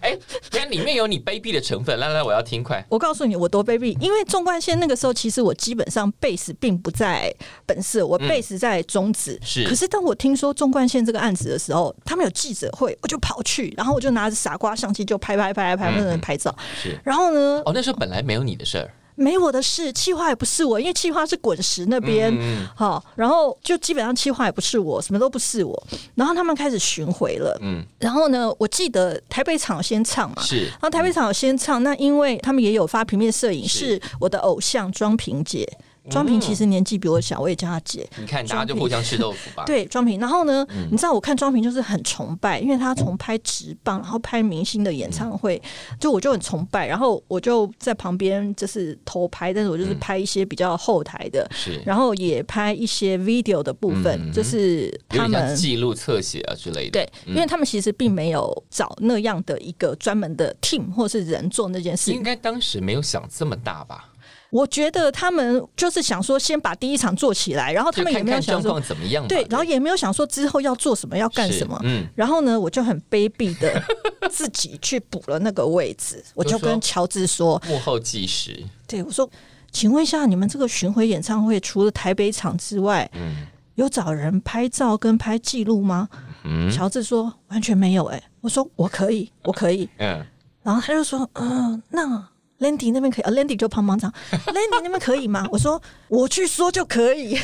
Speaker 2: 哎，那里面有你卑鄙的成分，来来，我要听快。
Speaker 3: 我告诉你，我多卑鄙，因为纵贯线那个时候，其实我基本上 base 并不在本市，我 base 在中子。
Speaker 2: 嗯是
Speaker 3: 可是当我听说纵贯线这个案子的时候，他们有记者会，我就跑去，然后我就拿着傻瓜相机就拍拍拍拍拍，那人拍照。
Speaker 2: 嗯是
Speaker 3: 然后呢，
Speaker 2: 哦，那时候本来没有你的事儿，
Speaker 3: 没我的事，企划也不是我，因为企划是滚石那边，
Speaker 2: 嗯
Speaker 3: 好、然后就基本上企划也不是我，什么都不是我。然后他们开始巡回了，
Speaker 2: 嗯，
Speaker 3: 然后呢，我记得台北场有先唱嘛，啊
Speaker 2: 是
Speaker 3: 然后台北场有先唱，那因为他们也有发平面摄影，
Speaker 2: 是哦
Speaker 3: 是我的偶像庄平姐。庄平其实年纪比我小，我也叫他姐。
Speaker 2: 你看大家就互相吃豆腐吧。
Speaker 3: 对，庄平。然后呢，
Speaker 2: 嗯
Speaker 3: 你知道我看庄平就是很崇拜，因为他从拍直棒，然后拍明星的演
Speaker 2: 嗯
Speaker 3: 唱会，就我就很崇拜。然后我就在旁边就是偷拍，但是我就是
Speaker 2: 嗯
Speaker 3: 拍一些比较后台的，
Speaker 2: 是，
Speaker 3: 然后也拍一些 video 的部分，
Speaker 2: 嗯
Speaker 3: 就是
Speaker 2: 有
Speaker 3: 他
Speaker 2: 点像
Speaker 3: 们。
Speaker 2: 记录侧写啊之类的。
Speaker 3: 对，因为他们其实并没有找那样的一个专门的 team 或是人做那件事
Speaker 2: 应该当时没有想这么大吧？
Speaker 3: 我觉得他们就是想说，先把第一场做起来，然后他
Speaker 2: 就
Speaker 3: 们也
Speaker 2: 看
Speaker 3: 没有
Speaker 2: 看
Speaker 3: 想
Speaker 2: 状
Speaker 3: 说，
Speaker 2: 况怎么样吧。
Speaker 3: 对，然后也没有想说之后要做什么，要干
Speaker 2: 是
Speaker 3: 什么。
Speaker 2: 嗯，
Speaker 3: 然后呢，我就很卑 鄙的自己去补了那个位置，我
Speaker 2: 就
Speaker 3: 就跟
Speaker 2: 说
Speaker 3: 乔治说
Speaker 2: 幕后纪实，：“
Speaker 3: 对，我说，请问一下，你们这个巡回演唱会除了台北场之外，
Speaker 2: 嗯
Speaker 3: 有找人拍照跟拍记录吗？”
Speaker 2: 嗯
Speaker 3: 乔治说：“完全没有。”哎，我说：“我可以，我可以。”
Speaker 2: 嗯，
Speaker 3: 然后他就说：“嗯、那 Landy 那边可以，呃、，Landy 就帮忙长 ，Landy 那边可以吗？”我说：“我去说就可以，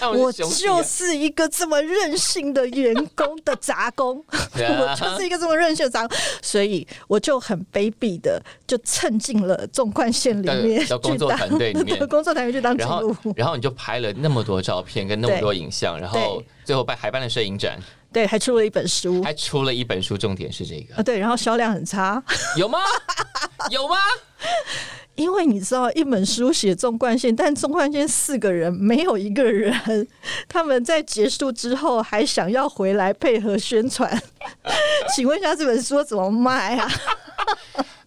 Speaker 2: 那
Speaker 3: 我
Speaker 2: 是
Speaker 3: 就
Speaker 2: 熊弟啊
Speaker 3: 是一个这么任性的员工的杂工，
Speaker 2: 啊
Speaker 3: 我就是 一个这么任性的杂工，所以我就很卑鄙的就蹭进了纵贯线里面
Speaker 2: 到到工
Speaker 3: 去
Speaker 2: 作
Speaker 3: 当
Speaker 2: 团队里面
Speaker 3: 到工作团队去当记
Speaker 2: 然
Speaker 3: 录
Speaker 2: 后，，然后你就拍了那么多照片跟那么
Speaker 3: 对
Speaker 2: 多影像，然后
Speaker 3: 对哦
Speaker 2: 最后办还办了摄影展，
Speaker 3: 对，还出了一本书
Speaker 2: 还出了一本书，重点是这个
Speaker 3: 啊，对，然后销量很差。”
Speaker 2: 有吗？ 有吗？
Speaker 3: 因为你知道，一本书写纵贯线，但纵贯线四个人没有一个人，他们在结束之后还想要回来配合宣传。 请问一下，这本书怎么卖啊？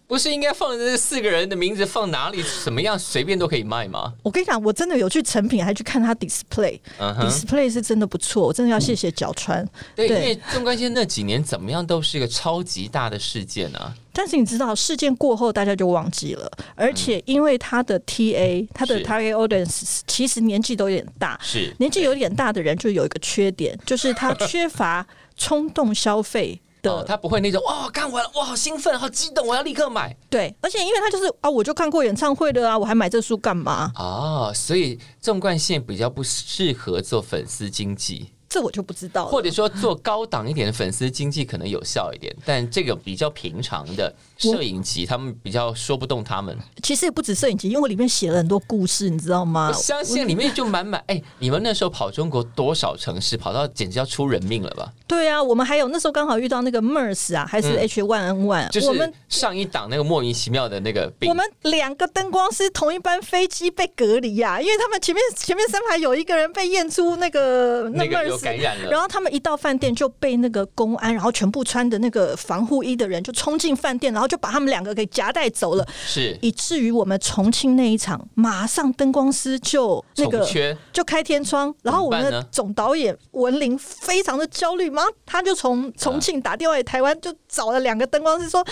Speaker 2: 不是应该放这四个人的名字放哪里？怎么样随便都可以卖吗？
Speaker 3: 我跟你讲，我真的有去成品，还去看它 display，display、
Speaker 2: 嗯哼，
Speaker 3: display 是真的不错，我真的要谢谢角川。
Speaker 2: 对，因为纵贯线那几年怎么样都是一个超级大的事件啊。
Speaker 3: 但是你知道，事件过后大家就忘记了，而且因为他的 TA，他的
Speaker 2: 嗯是
Speaker 3: target audience 其实年纪都有点大，
Speaker 2: 是
Speaker 3: 年纪有点大的人就有一个缺 点，就是他缺乏冲动消费的。
Speaker 2: 哦，他不会那种哇，看完了哇，好兴奋，好激动，我要立刻买
Speaker 3: 对，而且因为他就是啊，我就看过演唱会的啊，我还买这书干嘛？
Speaker 2: 哦。所以纵贯线比较不适合做粉丝经济，
Speaker 3: 这我就不知道了。
Speaker 2: 或者说做高档一点的粉丝经济可能有效一点，但这个比较平常的摄影集，他们比较说不动他们。
Speaker 3: 其实也不止摄影集，因为我里面写了很多故事，你知道吗
Speaker 2: 我？相信里面就满满哎，你们那时候跑中国多少城市，跑到简直要出人命了吧？
Speaker 3: 对啊，我们还有那时候刚好遇到那个 MERS 啊，还是 H 1 N 1
Speaker 2: 嗯就
Speaker 3: 我们
Speaker 2: 是上一档那个莫名其妙的那个病
Speaker 3: 我，们两个灯光师同一班飞机被隔离呀、因为他们前面前面三排有一个人被验出那个
Speaker 2: 那个
Speaker 3: MERS
Speaker 2: 有感染了
Speaker 3: 然后他们一到饭店就被那个公安，然后全部穿的那个防护衣的人就冲进饭店，然后就把他们两个给夹带走了，
Speaker 2: 是
Speaker 3: 以至于我们重庆那一场，马上灯光师就那
Speaker 2: 重
Speaker 3: 个
Speaker 2: 缺
Speaker 3: 就开天窗，然后我们
Speaker 2: 怎么办
Speaker 3: 的
Speaker 2: 呢
Speaker 3: 总导演文林非常的焦虑嘛，他就
Speaker 2: 啊
Speaker 3: 从重庆打电话来台湾，就找了两个灯光 师说，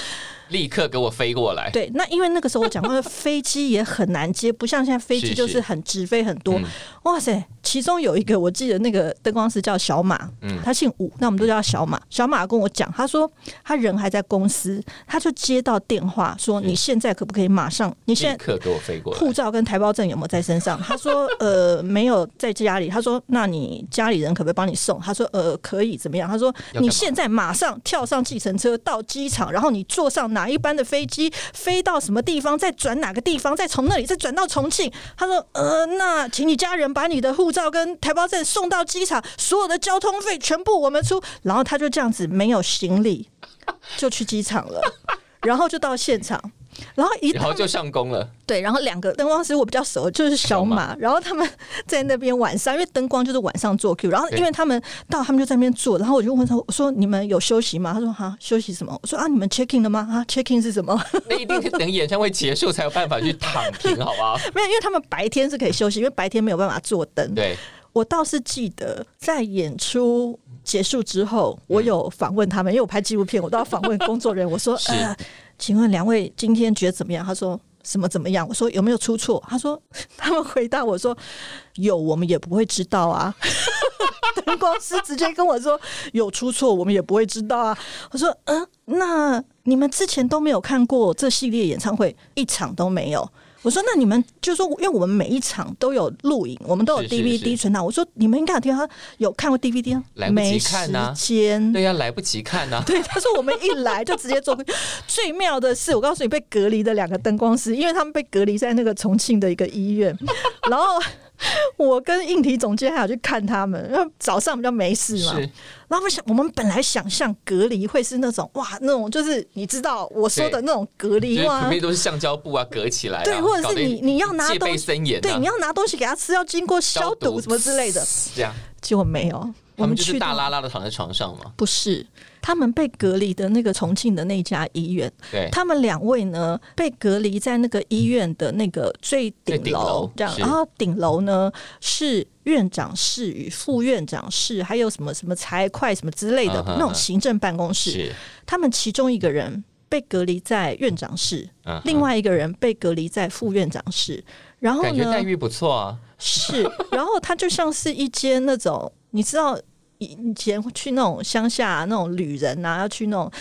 Speaker 2: 立刻给我飞过来。
Speaker 3: 对，那因为那个时候我讲过，飞机也很难接，不像现在飞
Speaker 2: 是
Speaker 3: 机就是
Speaker 2: 是
Speaker 3: 很直飞很多。
Speaker 2: 嗯
Speaker 3: 哇塞，其中有一个我记得那个灯光师叫小马，
Speaker 2: 嗯
Speaker 3: 他姓武，那我们都叫他小马。小马跟我讲，他说他人还在公司，他就接到电话说你现在可不可以马上？你现
Speaker 2: 立
Speaker 3: 在
Speaker 2: 刻给我飞过来！
Speaker 3: 护照跟台胞证有没有在身上？他说呃没有在家里。他说那你家里人可不可以帮你送？他说呃可以怎么样？他说
Speaker 2: 要干嘛
Speaker 3: 你现在马上跳上计程车到机场，然后你坐上哪一班的飞机飞到什么地方，再转哪个地方，再从那里再转到重庆。他说呃那请你家人把你的护照跟台胞证送到机场，所有的交通费全部我们出。然后他就这样子没有行李就去机场了，然后就到现场。然后一
Speaker 2: 然后就上工了。
Speaker 3: 对，然后两个灯光师我比较熟，就是小马，然后他们在那边晚上，因为灯光就是晚上做 Q，然后
Speaker 2: 对
Speaker 3: 因为他们到，他们就在那边做，然后我就问他，我说你们有休息吗？他说哈，休息什么？我说啊，你们 check in 了吗？啊，check in 是什么？
Speaker 2: 那一定是等演唱会结束才有办法去躺平，好 不好？
Speaker 3: 没有，因为他们白天是可以休息，因为白天没有办法做灯。
Speaker 2: 对，
Speaker 3: 我倒是记得在演出结束之后，我有访问他们，因为我拍纪录片，我都要访问工作人员。我说：“
Speaker 2: 是
Speaker 3: 呃，请问两位今天觉得怎么样？”他说：“什么怎么样？”我说：“有没有出错？”他说：“ 他们回答我说有，我们也不会知道啊。” 灯光师直接跟我说：“有出错，我们也不会知道啊。”我说：“嗯、那你们之前都没有看过这系列演唱会，一场都没有。”我说那你们就说，因为我们每一场都有录影，我们都有
Speaker 2: 是是是
Speaker 3: DVD 存档。我说你们应该有听到他有看过 DVD 啊
Speaker 2: 来，不及
Speaker 3: 没
Speaker 2: 看
Speaker 3: 时
Speaker 2: 啊
Speaker 3: 间。
Speaker 2: 对呀、来不及看呐、
Speaker 3: 对，他说我们一来就直接做规。最妙的是，我告诉你，被隔离的两个灯光师，因为他们被隔离在那个重庆的一个医院， 然后我跟应体总监还有去看他们，因为早上比较没事嘛。
Speaker 2: 是
Speaker 3: 然后我想，我们本来想象隔离会是那种哇，那种就是你知道我说的那种隔
Speaker 2: 就
Speaker 3: 离
Speaker 2: 是
Speaker 3: 哇
Speaker 2: 旁，边都是橡胶布啊，隔起来啊、
Speaker 3: 对，或者
Speaker 2: 搞
Speaker 3: 是
Speaker 2: 得
Speaker 3: 你你要拿
Speaker 2: 戒
Speaker 3: 东
Speaker 2: 备
Speaker 3: 西，
Speaker 2: 森严、啊，
Speaker 3: 对，你要拿东西给他吃，要经过消毒什么之类的，
Speaker 2: 这样
Speaker 3: 结果没有。我
Speaker 2: 他们就
Speaker 3: 去
Speaker 2: 是大
Speaker 3: 到
Speaker 2: 拉拉的躺在床上嘛，
Speaker 3: 不是，他们被隔离的那个重庆的那家医院，
Speaker 2: 对，
Speaker 3: 他们两位呢被隔离在那个医院的那个最顶
Speaker 2: 最顶
Speaker 3: 楼
Speaker 2: 楼，
Speaker 3: 这样，
Speaker 2: 是
Speaker 3: 然后顶楼呢是院长室与副院长室，还有什么什么财会什么之类的
Speaker 2: 嗯哼
Speaker 3: 那种行政办公室。
Speaker 2: 是，
Speaker 3: 他们其中一个人被隔离在院长室，
Speaker 2: 嗯，
Speaker 3: 另外一个人被隔离在副院长室。然后
Speaker 2: 感觉
Speaker 3: 呢
Speaker 2: 待，遇不错啊，
Speaker 3: 是，然后它就像是一间那种，你知道以以前去那种乡下、那种旅人啊，要去那种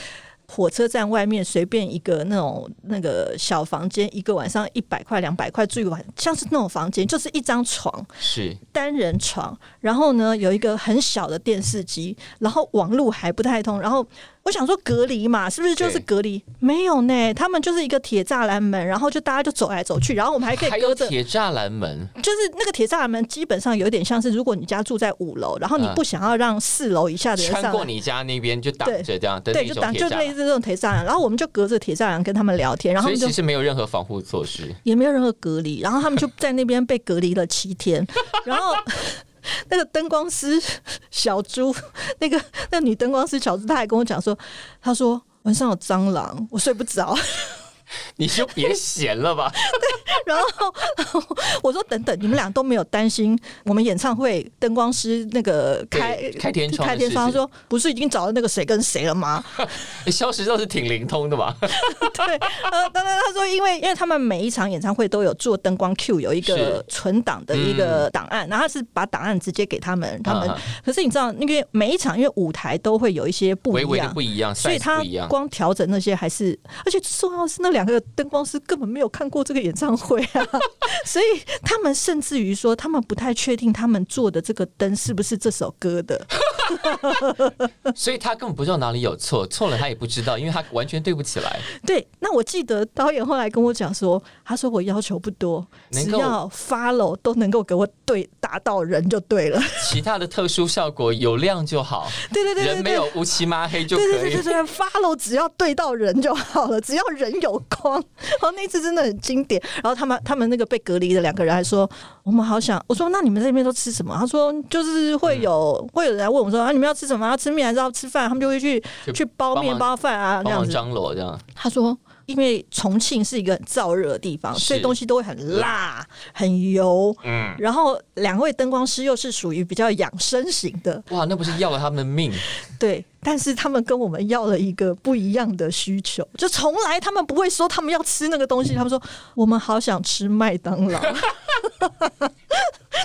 Speaker 3: 火车站外面随便一个那种那个小房间，一个晚上一百块、两百块住一晚，像是那种房间，就是一张床，
Speaker 2: 是
Speaker 3: 单人床，然后呢有一个很小的电视机，然后网络还不太通，然后我想说隔离嘛，是不是就是
Speaker 2: 对
Speaker 3: 隔离？没有呢，他们就是一个铁栅栏门，然后就大家就走来走去，然后我们还可
Speaker 2: 还
Speaker 3: 以
Speaker 2: 有
Speaker 3: 隔着。
Speaker 2: 铁栅栏门，
Speaker 3: 就是那个铁栅栏门，基本上有点像是，如果你家住在五楼，然后你
Speaker 2: 嗯
Speaker 3: 不想要让四楼以下的人
Speaker 2: 穿
Speaker 3: 啊上
Speaker 2: 过
Speaker 3: 来，
Speaker 2: 你家那边就挡
Speaker 3: 对
Speaker 2: 着这样的那
Speaker 3: 对，就
Speaker 2: 种
Speaker 3: 挡，
Speaker 2: 铁
Speaker 3: 就
Speaker 2: 栅
Speaker 3: 类
Speaker 2: 栏，
Speaker 3: 似这种铁栅栏。然后我们就隔着铁栅栏跟他们聊天，然后
Speaker 2: 所
Speaker 3: 他
Speaker 2: 以
Speaker 3: 们就
Speaker 2: 其实没有任何防护措 施，
Speaker 3: 也没有任何隔离，然后他们就在那边被隔离了七 天，然后。 那个灯光师小猪，那个那女灯光师小猪，她还跟我讲说，她说晚上有蟑螂，我睡不着。
Speaker 2: 你就别闲了吧，
Speaker 3: 然后然后我说等等，你们俩都没有担心我们演唱会灯光师那个开
Speaker 2: 对开天窗的
Speaker 3: 开天窗，
Speaker 2: 事
Speaker 3: 他
Speaker 2: 情
Speaker 3: 说不是已经找到那个谁跟谁了吗？
Speaker 2: 消失倒是挺灵通的嘛，
Speaker 3: 对，呃，当然他说因为因为他们每一场演唱会都有做灯光 Q 有一个
Speaker 2: 是嗯
Speaker 3: 存档的一个档案，然后他是把档案直接给他们，他们、
Speaker 2: 啊
Speaker 3: 可是你知道那个每一场因为舞台都会有一些不
Speaker 2: 微
Speaker 3: 一
Speaker 2: 微的
Speaker 3: 样
Speaker 2: 不。一样，
Speaker 3: 所以
Speaker 2: size
Speaker 3: 他
Speaker 2: 不一样，
Speaker 3: 光调整那些还是，而且重要的是那两个灯光师根本没有看过这个演唱会啊， 所以他们甚至于说他们不太确定他们做的这个灯是不是这首歌的，
Speaker 2: 所以他根本不知道哪里有错，错了他也不知道，因为他完全对不起来。
Speaker 3: 对，那我记得导演后来跟我讲说，他说我要求不多，
Speaker 2: 能
Speaker 3: 只
Speaker 2: 够
Speaker 3: 要 follow 都能够给我对达到人就对了。
Speaker 2: 其他的特殊效果有量就好，
Speaker 3: 对对对对
Speaker 2: 人没
Speaker 3: 对。
Speaker 2: 有乌漆嘛黑就
Speaker 3: 对对
Speaker 2: 可
Speaker 3: 对
Speaker 2: 以
Speaker 3: 对。对，follow 只要对到人就好了，只要人有光。 然后那次真的很经典。然后他们他们那个被隔离的两个人还说，哦我们好想。我说那你们这边都吃什么？他说就是
Speaker 2: 嗯
Speaker 3: 会有、会有人来问我们说啊，你们要吃什么？要吃面还是要吃饭？他们就会去
Speaker 2: 去
Speaker 3: 去
Speaker 2: 帮
Speaker 3: 包
Speaker 2: 忙
Speaker 3: 面包饭啊，这
Speaker 2: 帮
Speaker 3: 样
Speaker 2: 忙
Speaker 3: 子。
Speaker 2: 张罗这样，
Speaker 3: 他说，因为重庆是一个很燥热的地方，
Speaker 2: 是
Speaker 3: 所以东西都会很辣、很油。
Speaker 2: 嗯，
Speaker 3: 然后两位灯光师又是属于比较养生型的，
Speaker 2: 哇，那不是要了他们的 命？
Speaker 3: 对。但是他们跟我们要了一个不一样的需求，就从来他们不会说他们要吃那个东西，他们说我们好想吃麦 当劳。 等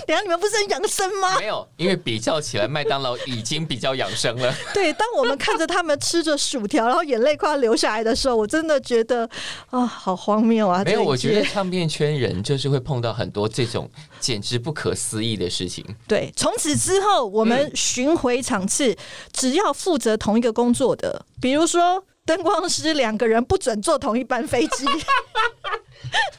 Speaker 3: 一下你们不是很养生 吗？
Speaker 2: 没有，因为比较起来，麦当劳已经比较养生了。
Speaker 3: 对，当我们看着他们吃着薯条，然后眼泪快要流下来的时候，我真的觉得啊，好荒谬啊！
Speaker 2: 没有，
Speaker 3: 这一
Speaker 2: 我觉
Speaker 3: 切
Speaker 2: 得唱片圈人就是会碰到很多这种简直不可思议的事情。
Speaker 3: 对，从此之后我们
Speaker 2: 嗯
Speaker 3: 巡回场次，只要负责同一个工作的，比如说灯光师两个人不准坐同一班飞机，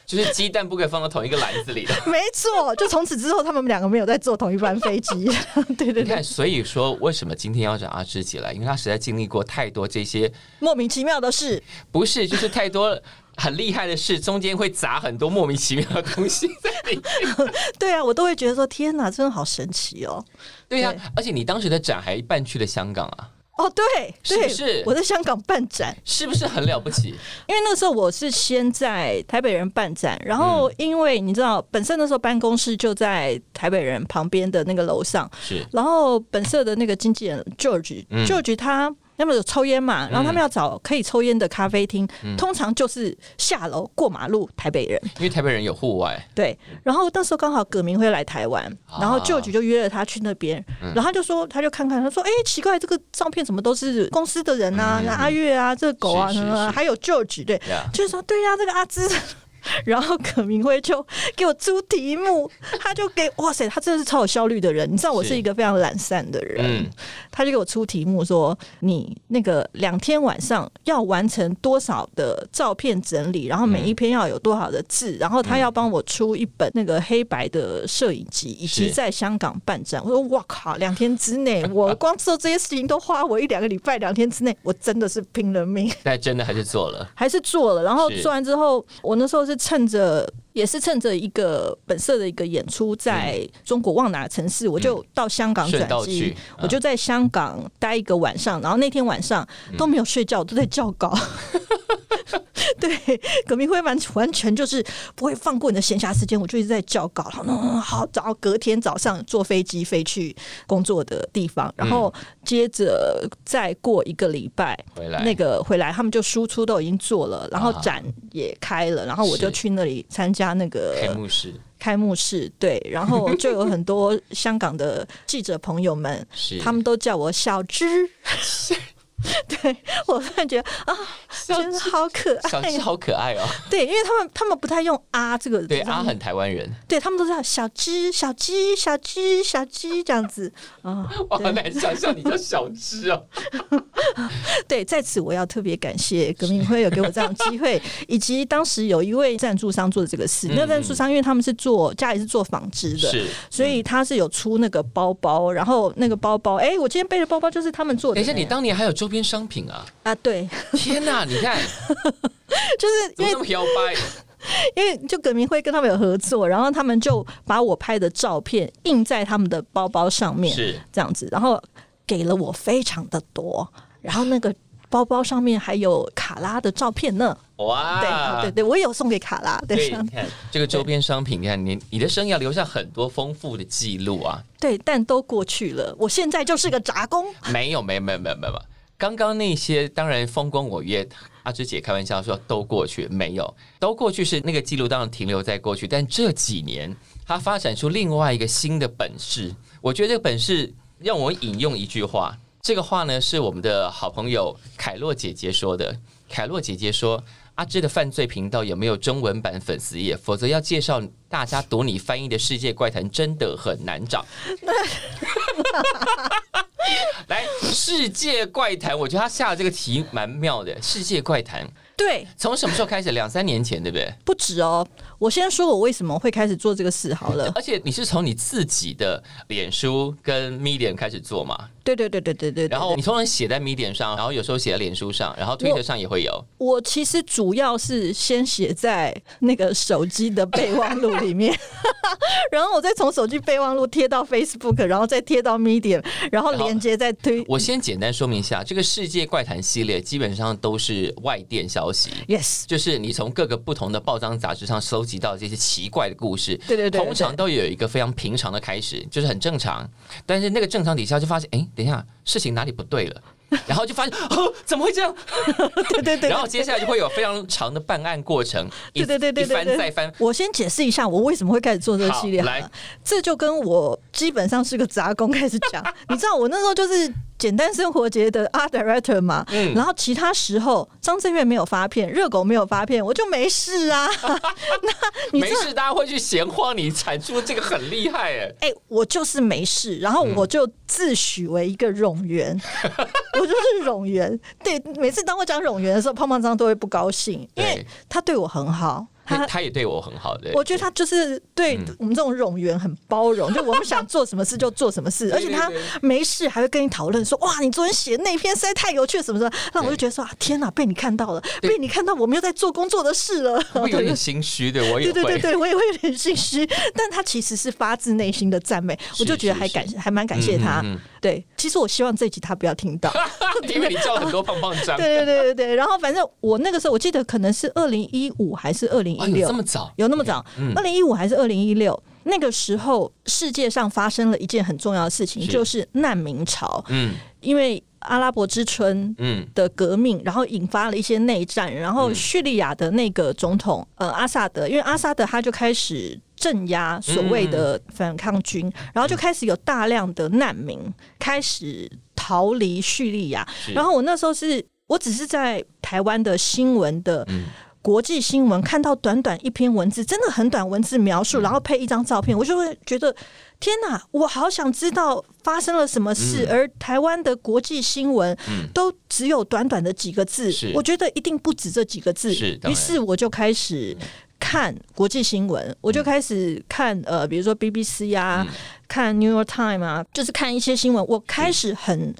Speaker 2: 就是鸡蛋不可以放到同一个篮子里的。
Speaker 3: 没错，就从此之后他们两个没有再坐同一班飞机。
Speaker 2: 你
Speaker 3: 对 对对，
Speaker 2: 看，所以说为什么今天要找阿芝姐来？因为她实在经历过太多这些，
Speaker 3: 莫名其妙的事，
Speaker 2: 不是就是太多很厉害的事，中间会砸很多莫名其妙的东西在里面。
Speaker 3: 对啊，我都会觉得说天哪，真的好神奇哦。
Speaker 2: 对呀、
Speaker 3: 对
Speaker 2: 而且你当时的展还办去了香港啊，
Speaker 3: 哦，对
Speaker 2: 是不
Speaker 3: 对，
Speaker 2: 是
Speaker 3: 我在香港办展，
Speaker 2: 是不是很了不起？
Speaker 3: 因为那时候我是先在台北人办展，然
Speaker 2: 嗯
Speaker 3: 后因为你知道，本身那时候办公室就在台北人旁边的那个楼上，
Speaker 2: 是
Speaker 3: 然后本社的那个经纪人 George，George、
Speaker 2: 嗯
Speaker 3: George 他那么有抽烟嘛，然后他们要找可以抽烟的咖啡厅，
Speaker 2: 嗯
Speaker 3: 通常就是下楼过马路台北人
Speaker 2: 因为台北人有户外，
Speaker 3: 对。然后那时候刚好葛明辉来台湾，
Speaker 2: 嗯啊嗯
Speaker 3: 然后 George 就约了他去那边，然后他就说他就看看，他说哎、奇怪，这个照片怎么都是公司的人啊，那阿月啊，这个狗啊
Speaker 2: 嗯是是
Speaker 3: 什么啊，
Speaker 2: 是
Speaker 3: 还有 George 对
Speaker 2: Yeah
Speaker 3: 就是说对呀、这个阿芝。 然后葛明辉就给我出题目，他就给哇塞，他真的是超有效率的人。你知道我
Speaker 2: 是
Speaker 3: 是一个非常懒散的人，
Speaker 2: 嗯，
Speaker 3: 他就给我出题目说，你那个两天晚上要完成多少的照片整理，然后每一篇要有多少的字，然后他要帮我出一本那个黑白的摄影集，以及
Speaker 2: 是
Speaker 3: 在香港办展。我说哇靠，两天之内，我光做这些事情都花我一两个礼拜，两天之内我真的是拼了命。
Speaker 2: 但真的还是做了。
Speaker 3: 还是做了，然后
Speaker 2: 是
Speaker 3: 做完之后，我那时候是趁着也是趁着一个本色的一个演出，在中国忘哪城市，我就到香港
Speaker 2: 嗯顺
Speaker 3: 转
Speaker 2: 道
Speaker 3: 机
Speaker 2: 去，嗯
Speaker 3: 我就在香港待一个晚上，然后那天晚上
Speaker 2: 嗯
Speaker 3: 都没有睡觉，都在校稿。 对，葛明辉完完全就是不会放过你的闲暇时间，我就一直在校稿，然后嗯好，然后隔天早上坐飞机飞去工作的地方，然后
Speaker 2: 嗯
Speaker 3: 接着再过一个礼拜，
Speaker 2: 回来
Speaker 3: 那个回来，他们就输出都已经做了，然后展也开了，然后我
Speaker 2: 啊是
Speaker 3: 就去那里参加那
Speaker 2: 开
Speaker 3: 个
Speaker 2: 幕式
Speaker 3: 开幕式，对，然后就有很多香港的记者朋友们，
Speaker 2: 是
Speaker 3: 他们都叫我小 芝。对，我突然觉得啊，真的好可
Speaker 2: 小
Speaker 3: 爱啊
Speaker 2: 智。好可爱 哦，
Speaker 3: 对，因为他们他们不太用啊这个字，
Speaker 2: 对，
Speaker 3: 他
Speaker 2: 阿
Speaker 3: 们
Speaker 2: 很台湾人，
Speaker 3: 对他们都是小芝、小芝、小芝、小芝这样子啊。
Speaker 2: 我好难想象你叫小智哦。
Speaker 3: 对，在此我要特别感谢革命会有给我这样的 机会，以及当时有一位赞助商做的这个事。那个赞助商因为他们是做家 里是做纺织的，
Speaker 2: 嗯是，嗯
Speaker 3: 所以他是有出那个包包，然后那个包包，哎、我今天背的包包就是他们做的、
Speaker 2: 等
Speaker 3: 哎
Speaker 2: 一下，哎你当年还有周边商品 啊？
Speaker 3: 啊，对，
Speaker 2: 天哪，你看
Speaker 3: 就是
Speaker 2: 怎么
Speaker 3: 因为
Speaker 2: 那么摇摆？
Speaker 3: 因为就葛明辉跟他们有合作，然后他们就把我拍的照片印在他们的包包上面，
Speaker 2: 是
Speaker 3: 这样子，然后给了我非常的多，然后那个包包上面还有卡拉的照片呢。
Speaker 2: 哇，
Speaker 3: 对对对，我也有送给卡拉，对
Speaker 2: 啊对，你看这个周边商品，你看你你的生涯留下很多丰富的记录啊。
Speaker 3: 对，但都过去了。我现在就是个杂工，
Speaker 2: 没有，没有，没有，没有，没有。没有刚刚那些当然风光我约，阿芝姐开玩笑说都过去，没有，都过去是那个记录当然停留在过去，但这几年她发展出另外一个新的本事，我觉得这个本事让我引用一句话，这个话呢是我们的好朋友凯洛姐姐说的，凯洛姐姐说。阿芝的犯罪频道有没有中文版粉丝页？否则要介绍大家读你翻译的世界怪谈真的很难找。来，世界怪谈，我觉得他下的这个题蛮妙的。世界怪谈
Speaker 3: 对，
Speaker 2: 从什么时候开始？两三年前，对不对？
Speaker 3: 不止哦。我先说我为什么会开始做这个事好了。
Speaker 2: 而且你是从你自己的脸书跟 Medium 开始做嘛？
Speaker 3: 对对对对对对对。
Speaker 2: 然后你通常写在 Medium 上，然后有时候写在脸书上，然后推特上也会有。
Speaker 3: 我其实主要是先写在那个手机的备忘录里 面，然后我再从手机备忘录贴到 Facebook，然后再贴到 Medium，然后
Speaker 2: 然后
Speaker 3: 连接再推。
Speaker 2: 我先简单说明一下，这个世界怪谈系列基本上都是外电消息。
Speaker 3: Yes，
Speaker 2: 就是你从各个不同的报章杂志上搜集到这些奇怪的故事，
Speaker 3: 对对对对
Speaker 2: 通常都有一个非常平常的开始，就是很正常，但是那个正常底下就发现，哎，等一下事情哪里不对了。然后就发现哦，怎么会这样？
Speaker 3: 对对对
Speaker 2: 然。后接下来就会有非常长的办案过程，一
Speaker 3: 对对对对
Speaker 2: 一
Speaker 3: 对
Speaker 2: 翻
Speaker 3: 对，
Speaker 2: 再翻。
Speaker 3: 我先解释一下我为什么会开始做这个系列
Speaker 2: 好
Speaker 3: 好了
Speaker 2: 来
Speaker 3: 这就跟我基本上是个杂工开始 讲，你知道我那时候就是。简单生活节的 art director 嘛，
Speaker 2: 嗯
Speaker 3: 然后其他时候张震岳没有发片，热狗没有发片，我就没事 啊。你
Speaker 2: 没事，大家会去闲话你，产出这个很厉害哎。
Speaker 3: 哎、我就是没事，然后我就自诩为一个冗 员，我就是冗员。对，每次当我讲冗员的时候，胖胖张都会不高兴，因为
Speaker 2: 对
Speaker 3: 他对我很好，他
Speaker 2: 他他也对嗯我很好的，
Speaker 3: 我觉得他就是对我们这种冗员很包容，就我们想做什么事就做什么事，
Speaker 2: 对
Speaker 3: 而
Speaker 2: 对
Speaker 3: 且
Speaker 2: 对
Speaker 3: 他没事还会跟你讨论说：“哇，你昨天写那篇实在太有趣了，什么什么。”那我就觉得说：“啊，天哪，被你看到了，
Speaker 2: 对
Speaker 3: 被你看到，我们又在做工作的事了。
Speaker 2: 我会有点心虚的，我也
Speaker 3: 对”对
Speaker 2: 会。
Speaker 3: 对对对，我也会有点心虚，但他其实是发自内心的赞美，我就觉得还感还蛮感谢他。
Speaker 2: 嗯嗯嗯
Speaker 3: 对，其实我希望这集他不要听 到。
Speaker 2: 因为你叫了很多棒棒章，
Speaker 3: 对对对对对，然后反正我那个时候我记得可能是二零一五还是二零一
Speaker 2: 哎
Speaker 3: 六
Speaker 2: 呦，这，么早，
Speaker 3: 有那么早
Speaker 2: 嗯？
Speaker 3: 二零一五还是二零一六？那个时候，世界上发生了一件很重要的事情，
Speaker 2: 是
Speaker 3: 就是难民潮，
Speaker 2: 嗯
Speaker 3: 因为阿拉伯之春。
Speaker 2: 嗯，
Speaker 3: 的革命，然后引发了一些内战，然后叙利亚的那个总统呃阿萨德，因为阿萨德他就开始镇压所谓
Speaker 2: 嗯
Speaker 3: 的反抗军，然后就开始有大量的难民开始逃离叙利亚
Speaker 2: 是，
Speaker 3: 然后我那时候是我只是在台湾的新闻的
Speaker 2: 嗯
Speaker 3: 国际新闻看到短短一篇文字，真的很短，文字描
Speaker 2: 嗯
Speaker 3: 述，然后配一张照片，我就会觉得天哪，我好想知道发生了什么事。而台湾的国际新闻
Speaker 2: 嗯
Speaker 3: 都只有短短的几个字
Speaker 2: 是，
Speaker 3: 我觉得一定不止这几个字。
Speaker 2: 是当然嗯
Speaker 3: 于是我就开始。看国际新闻，我就开始看呃，比如说 BBC 呀、
Speaker 2: 嗯
Speaker 3: 啊，看 New York Times 啊，就是看一些新闻，我开始很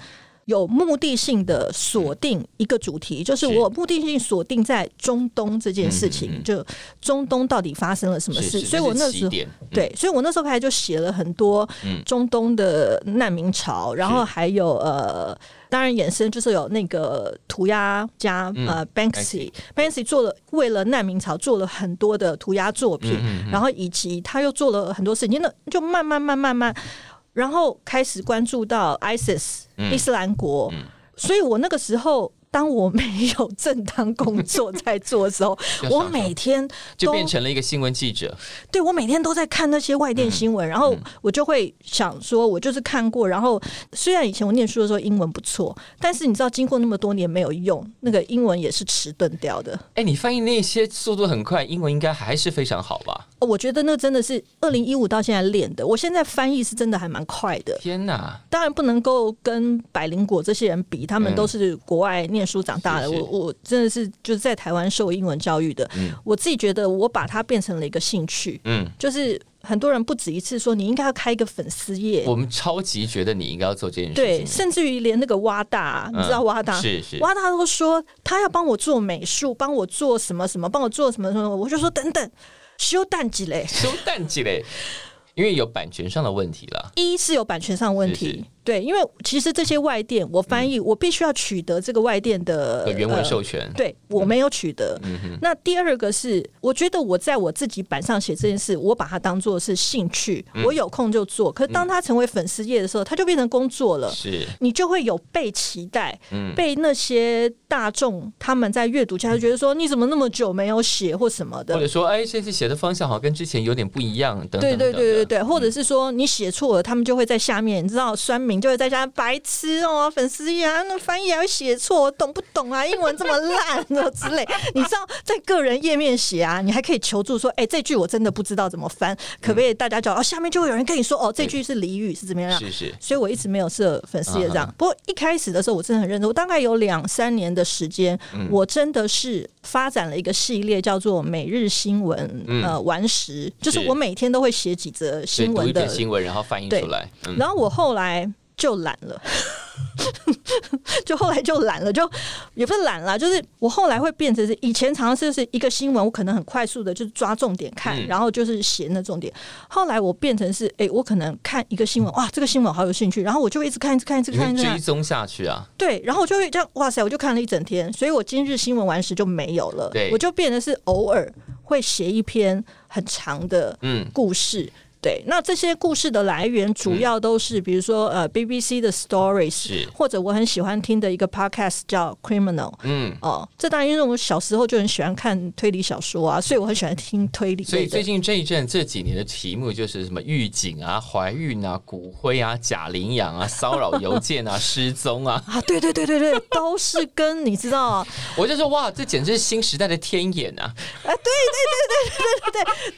Speaker 3: 有目的性的锁定一个主题，就是
Speaker 2: 嗯是
Speaker 3: 我目的性锁定在中东这件事情，
Speaker 2: 嗯嗯嗯
Speaker 3: 就中东到底发生了什么
Speaker 2: 是
Speaker 3: 事，
Speaker 2: 是，
Speaker 3: 所以我那
Speaker 2: 是
Speaker 3: 时
Speaker 2: 起
Speaker 3: 候。
Speaker 2: 点，嗯
Speaker 3: 对，所以我那时候开始就写了很多
Speaker 2: 嗯
Speaker 3: 中东的难民潮，然后还有呃，当然衍生就是有那个涂鸦家
Speaker 2: 嗯
Speaker 3: 呃 Banksy，Banksy 做了为了难民潮做了很多的涂鸦作品，
Speaker 2: 嗯嗯嗯
Speaker 3: 然后以及他又做了很多事情，那就慢慢慢慢慢，然后开始关注到 ISIS、
Speaker 2: 嗯
Speaker 3: 伊斯兰国，
Speaker 2: 嗯
Speaker 3: 所以我那个时候。当我没有正当工作在做的时候
Speaker 2: 就，
Speaker 3: 我
Speaker 2: 想
Speaker 3: 每天
Speaker 2: 就
Speaker 3: 都
Speaker 2: 变成了一个新闻记者，
Speaker 3: 对我每天都在看那些外
Speaker 2: 嗯
Speaker 3: 电新闻，然后我就会想说，我就是看过。然后虽然以前我念书的时候英文不错，但是你知道，经过那么多年没有用，那个英文也是迟钝掉的。
Speaker 2: 哎、你翻译那些速度很快，英文应该还是非常好吧？
Speaker 3: 哦我觉得那真的是二零一五到现在练的，我现在翻译是真的还蛮快的。
Speaker 2: 天哪，
Speaker 3: 当然不能够跟百灵果这些人比，他们都是国外念书长大的。
Speaker 2: 嗯是是
Speaker 3: 我我真的是就是在台湾受英文教育的，
Speaker 2: 嗯
Speaker 3: 我自己觉得我把它变成了一个兴趣，
Speaker 2: 嗯，
Speaker 3: 就是很多人不止一次说你应该要开一个粉丝页，
Speaker 2: 我们超级觉得你应该要做这件事情，嗯
Speaker 3: 对，甚至于连那个蛙大，你知道蛙大。
Speaker 2: 是是，
Speaker 3: 蛙大都说他要帮我做美术，帮我做什么什么，帮我做什么什么，我就说等等，修蛋几嘞。
Speaker 2: 修蛋鸡嘞，因为有版权上的问题了，
Speaker 3: 一是有版权上问题，
Speaker 2: 是是
Speaker 3: 对，因为其实这些外电我翻译，我必须要取得这个外电的
Speaker 2: 有原文
Speaker 3: 呃
Speaker 2: 授权，嗯
Speaker 3: 对我没有取得。那第二个是，我觉得我在我自己板上写这件事，我把它当做是兴趣，
Speaker 2: 嗯
Speaker 3: 我有空就做。可是当它成为粉丝页的时候，它就变成工作了。
Speaker 2: 是，
Speaker 3: 你就会有被期待，
Speaker 2: 嗯
Speaker 3: 被那些大众他们在阅读下就觉得说你怎么那么久没有写或什么
Speaker 2: 或者
Speaker 3: 的，
Speaker 2: 说，哎、这次写的方向好像跟之前有点不一样，等等
Speaker 3: 对对
Speaker 2: 等等
Speaker 3: 对对对，或者是说你写错了，他们就会在下面，你知道酸民就会在下面白痴哦，粉丝呀，那翻译还会写错，懂不懂啊？英文这么烂的之类， 你知道在个人页面写啊，你还可以求助说，哎、这句我真的不知道怎么翻，可不可以大家找？哦，下面就会有人跟你说，哦，这句是俚语是怎么样？
Speaker 2: 是是，
Speaker 3: 所以我一直没有设粉丝页这样
Speaker 2: 啊。
Speaker 3: 不过一开始的时候，我真的很认真，我大概有两三年的时间，
Speaker 2: 嗯
Speaker 3: 我真的是发展了一个系列叫做《每日新闻》
Speaker 2: 嗯
Speaker 3: 呃顽石，就是
Speaker 2: 是
Speaker 3: 我每天都会写几则
Speaker 2: 所以
Speaker 3: 新
Speaker 2: 读一
Speaker 3: 闻
Speaker 2: 篇
Speaker 3: 的，
Speaker 2: 新闻，然后翻译
Speaker 3: 对
Speaker 2: 出来，嗯，
Speaker 3: 然后我后来就懒了。 就后来就懒了，就也不是懒啦，就是我后来会变成是以前常常是是一个新闻，我可能很快速的就是抓重点看，
Speaker 2: 嗯
Speaker 3: 然后就是写那重点。后来我变成是，哎、我可能看一个新闻，哇，这个新闻好有兴趣，然后我就一直看，一直看，一直
Speaker 2: 你
Speaker 3: 看，一
Speaker 2: 会
Speaker 3: 直看
Speaker 2: 追，踪下去啊，
Speaker 3: 对，然后我就会这样，哇塞，我就看了一整天，所以我今日新闻完时就没有了
Speaker 2: 对，
Speaker 3: 我就变得是偶尔会写一篇很长的
Speaker 2: 嗯，
Speaker 3: 故事。对，那这些故事的来源主要都是，比如说呃，BBC 的 Stories，
Speaker 2: 是
Speaker 3: 或者我很喜欢听的一个 podcast 叫 Criminal。
Speaker 2: 嗯，
Speaker 3: 哦，这当然因为我小时候就很喜欢看推理小说啊，所以我很喜欢听推理类
Speaker 2: 嗯
Speaker 3: 的。
Speaker 2: 所以最近这一阵这几年的题目就是什么预警啊、 怀孕啊、骨灰啊、假领养啊、 骚扰邮件啊、失踪 啊，
Speaker 3: 啊，对对对对对， 都是跟你知道，
Speaker 2: 我就说哇，这简直是新时代的天眼 啊！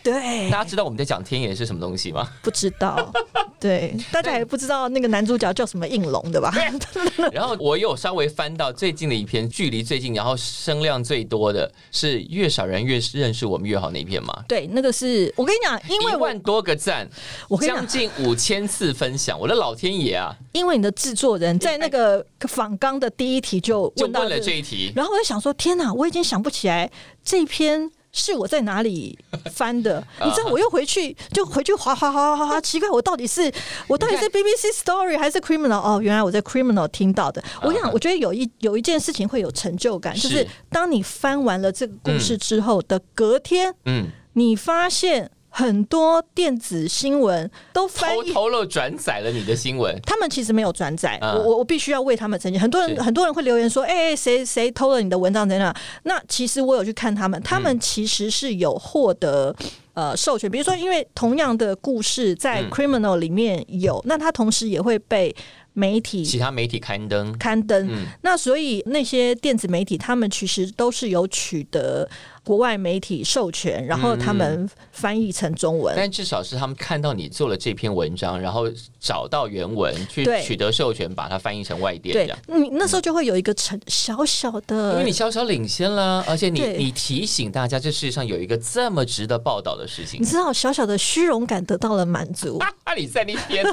Speaker 3: 对
Speaker 2: 大，家知道我们在讲天眼是什么东西吗？
Speaker 3: 不知道，对，大家也不知道那个男主角叫什么应龙的吧？
Speaker 2: 然后我有稍微翻到最近的一篇，距离最近，然后声量最多的是越少人越认识我们越好那篇嘛。
Speaker 3: 对，那个是我跟你讲，因为
Speaker 2: 一
Speaker 3: 我
Speaker 2: 万多个赞，
Speaker 3: 我跟你
Speaker 2: 将
Speaker 3: 讲，
Speaker 2: 近五千次分享，我的老天爷啊！
Speaker 3: 因为你的制作人在那个访纲的第一题就
Speaker 2: 就
Speaker 3: 问到
Speaker 2: 问了
Speaker 3: 个
Speaker 2: 这一题，
Speaker 3: 然后我就想说，天哪，我已经想不起来这篇是我在哪里翻 的。你知
Speaker 2: 啊
Speaker 3: 道，我又回去就回去划划划划划，奇怪，我到底是我到底是
Speaker 2: 你
Speaker 3: BBC Story 还是 Criminal？哦，原来我在 Criminal 听到的。我
Speaker 2: 啊
Speaker 3: 想，我觉得有一有一件事情会有成就感，就是是当你翻完了这个故事之后的隔天，
Speaker 2: 嗯，
Speaker 3: 你发现很多电子新闻都翻
Speaker 2: 偷
Speaker 3: 译
Speaker 2: 偷漏转载了你的新闻，
Speaker 3: 他们其实没有转载，
Speaker 2: 嗯
Speaker 3: 我我我必须要为他们澄清。很多人
Speaker 2: 是
Speaker 3: 很多人会留言说，哎、谁谁偷了你的文章怎样？那其实我有去看他
Speaker 2: 嗯
Speaker 3: 们，他们其实是有获得。呃，授权，比如说，因为同样的故事在
Speaker 2: 嗯
Speaker 3: 《Criminal》里面有，那它同时也会被媒
Speaker 2: 其
Speaker 3: 体
Speaker 2: 他媒体刊登，
Speaker 3: 刊登。
Speaker 2: 嗯
Speaker 3: 那所以那些电子媒体，他们其实都是有取得国外媒体授权，然后他们翻译成中文。
Speaker 2: 嗯但至少是他们看到你做了这篇文章，然后找到原文去
Speaker 3: 对
Speaker 2: 取得授权，把它翻译成外电这
Speaker 3: 对
Speaker 2: 样。
Speaker 3: 你那时候就会有一个成小小的，
Speaker 2: 因为你小小领先啦，而且你
Speaker 3: 对
Speaker 2: 你提醒大家，这世界上有一个这么值得报道的事情
Speaker 3: 你。知道小小的虚荣感得到了满 足，
Speaker 2: 啊，你在那 边，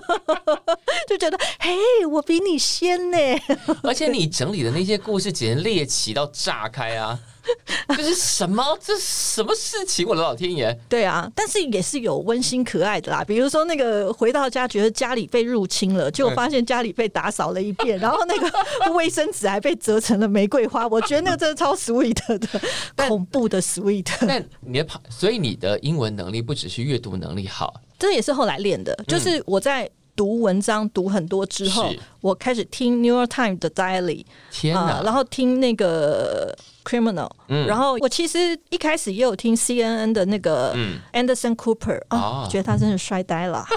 Speaker 3: 就觉得嘿，我比你先呢。
Speaker 2: 而且你整理的那些故事简直猎奇到炸开 啊！这是什么？这是什么事情？我的老天 爷！
Speaker 3: 对啊，但是也是有温馨可爱的啦，比如说那个回到家觉得家里被入侵了，结果发现家里被打扫了一遍，然后那 个卫生纸还被折成了玫瑰花，我觉得那个真的超 sweet 的，恐怖的 sweet，
Speaker 2: 但你的旁，所以你的英文能力不只是阅读能力好，
Speaker 3: 这也是后来练的，就是我在。读文章读很多之后
Speaker 2: 是，
Speaker 3: 我开始听《New York Times》的 Daily，
Speaker 2: 天哪！嗯
Speaker 3: 啊，然后听那个 Criminal，、然后我其实一开始也有听 CNN 的那个 Anderson Cooper，、
Speaker 2: 嗯哦
Speaker 3: 啊，觉得他真是衰呆了。啊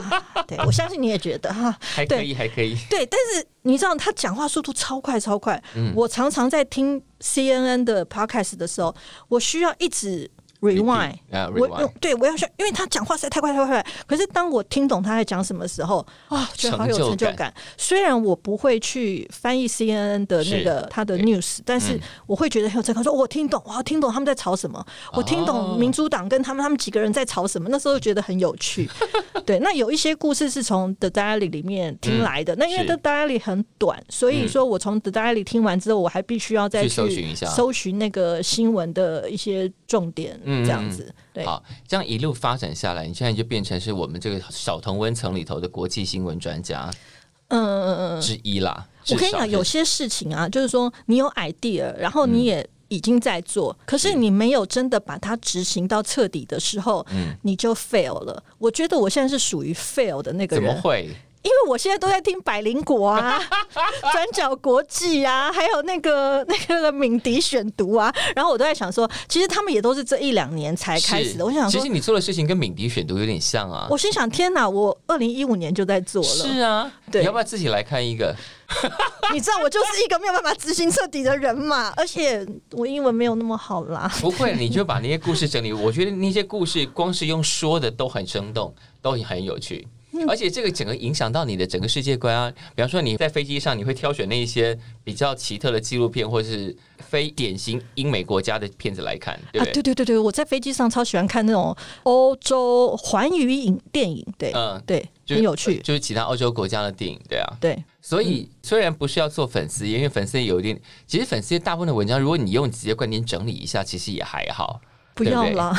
Speaker 3: 对，我相信你也觉得哈、
Speaker 2: 还可以，还可以。
Speaker 3: 对，但是你知道他讲话速度超快超快，
Speaker 2: 嗯
Speaker 3: 我常常在听 CNN 的 podcast 的时候，我需要一直 rewind，
Speaker 2: 啊
Speaker 3: 我
Speaker 2: rewind
Speaker 3: 用对我要需要，因为他讲话实在太快太快太快。可是当我听懂他在讲什么时候，啊，觉得好有
Speaker 2: 成就
Speaker 3: 成就
Speaker 2: 感
Speaker 3: 感。虽然我不会去翻译 CNN 的那
Speaker 2: 是嗯
Speaker 3: 个他的 news，但是我会觉得很有成就感，说我听懂，我要听懂他们在吵什么，我听
Speaker 2: 哦
Speaker 3: 懂民主党跟他们他们几个人在吵什么。那时候觉得很有 趣。对，那有一些故事是从 The Diary 里面听来的。那因为
Speaker 2: 是嗯
Speaker 3: The Diary 很短，所以说我从 The Diary 听完之后，我还必须要再
Speaker 2: 去
Speaker 3: 去
Speaker 2: 搜寻一下
Speaker 3: 搜寻那个新闻的一些重点，
Speaker 2: 嗯
Speaker 3: 这样子。对，
Speaker 2: 好，这样一路发展下来，你现在就变成是我们这个小同温层里头的国际新闻专家
Speaker 3: 嗯嗯嗯嗯。
Speaker 2: 之一啦。
Speaker 3: 我跟
Speaker 2: 至
Speaker 3: 你
Speaker 2: 少
Speaker 3: 讲，
Speaker 2: 是嗯
Speaker 3: 有些事情啊，就是说你有 idea，然后你也已经在做，可是你没有真的把它执行到彻底的时候，
Speaker 2: 嗯
Speaker 3: 你就 fail 了。我觉得我现在是属于 fail 的那个
Speaker 2: 怎么
Speaker 3: 人，
Speaker 2: 会？
Speaker 3: 因为我现在都在听百灵 果啊、转角国际啊，还有那个 那个敏迪选读啊，然后我都在想说，其实他们也都是这一两年才哎开始
Speaker 2: 是
Speaker 3: 的。我想
Speaker 2: 其
Speaker 3: 说
Speaker 2: 实，你做的事情跟敏迪选读有点像啊。
Speaker 3: 我心想，天哪，我二零一五年就在做了，
Speaker 2: 是啊，
Speaker 3: 对
Speaker 2: 你要不要自己来看一个？
Speaker 3: 你知道我就是一个没有办法执行彻底的人嘛，而且我英文没有那么好啦。
Speaker 2: 不会，你就把那些故事整理。我觉得那些故事光是用说的都很生动，都很有趣。
Speaker 3: 嗯
Speaker 2: 而且这个整个影响到你的整个世界观啊，比方说你在飞机上，你会挑选那一些比较奇特的纪录片，或是非典型英美国家的片子来看，对
Speaker 3: 啊
Speaker 2: 不，对？
Speaker 3: 对对对对，我在飞机上超喜欢看那种欧洲环宇影电影，对，
Speaker 2: 嗯
Speaker 3: 对，
Speaker 2: 就
Speaker 3: 很有趣，嗯
Speaker 2: 就是其他欧洲国家的电影，对啊。
Speaker 3: 对，
Speaker 2: 所以虽然不是要做粉丝页，因为粉丝页有一点，其实粉丝页大部分的文章，如果你用直接观点整理一下，其实也还好。
Speaker 3: 不
Speaker 2: 对不
Speaker 3: 要
Speaker 2: 对
Speaker 3: 啦，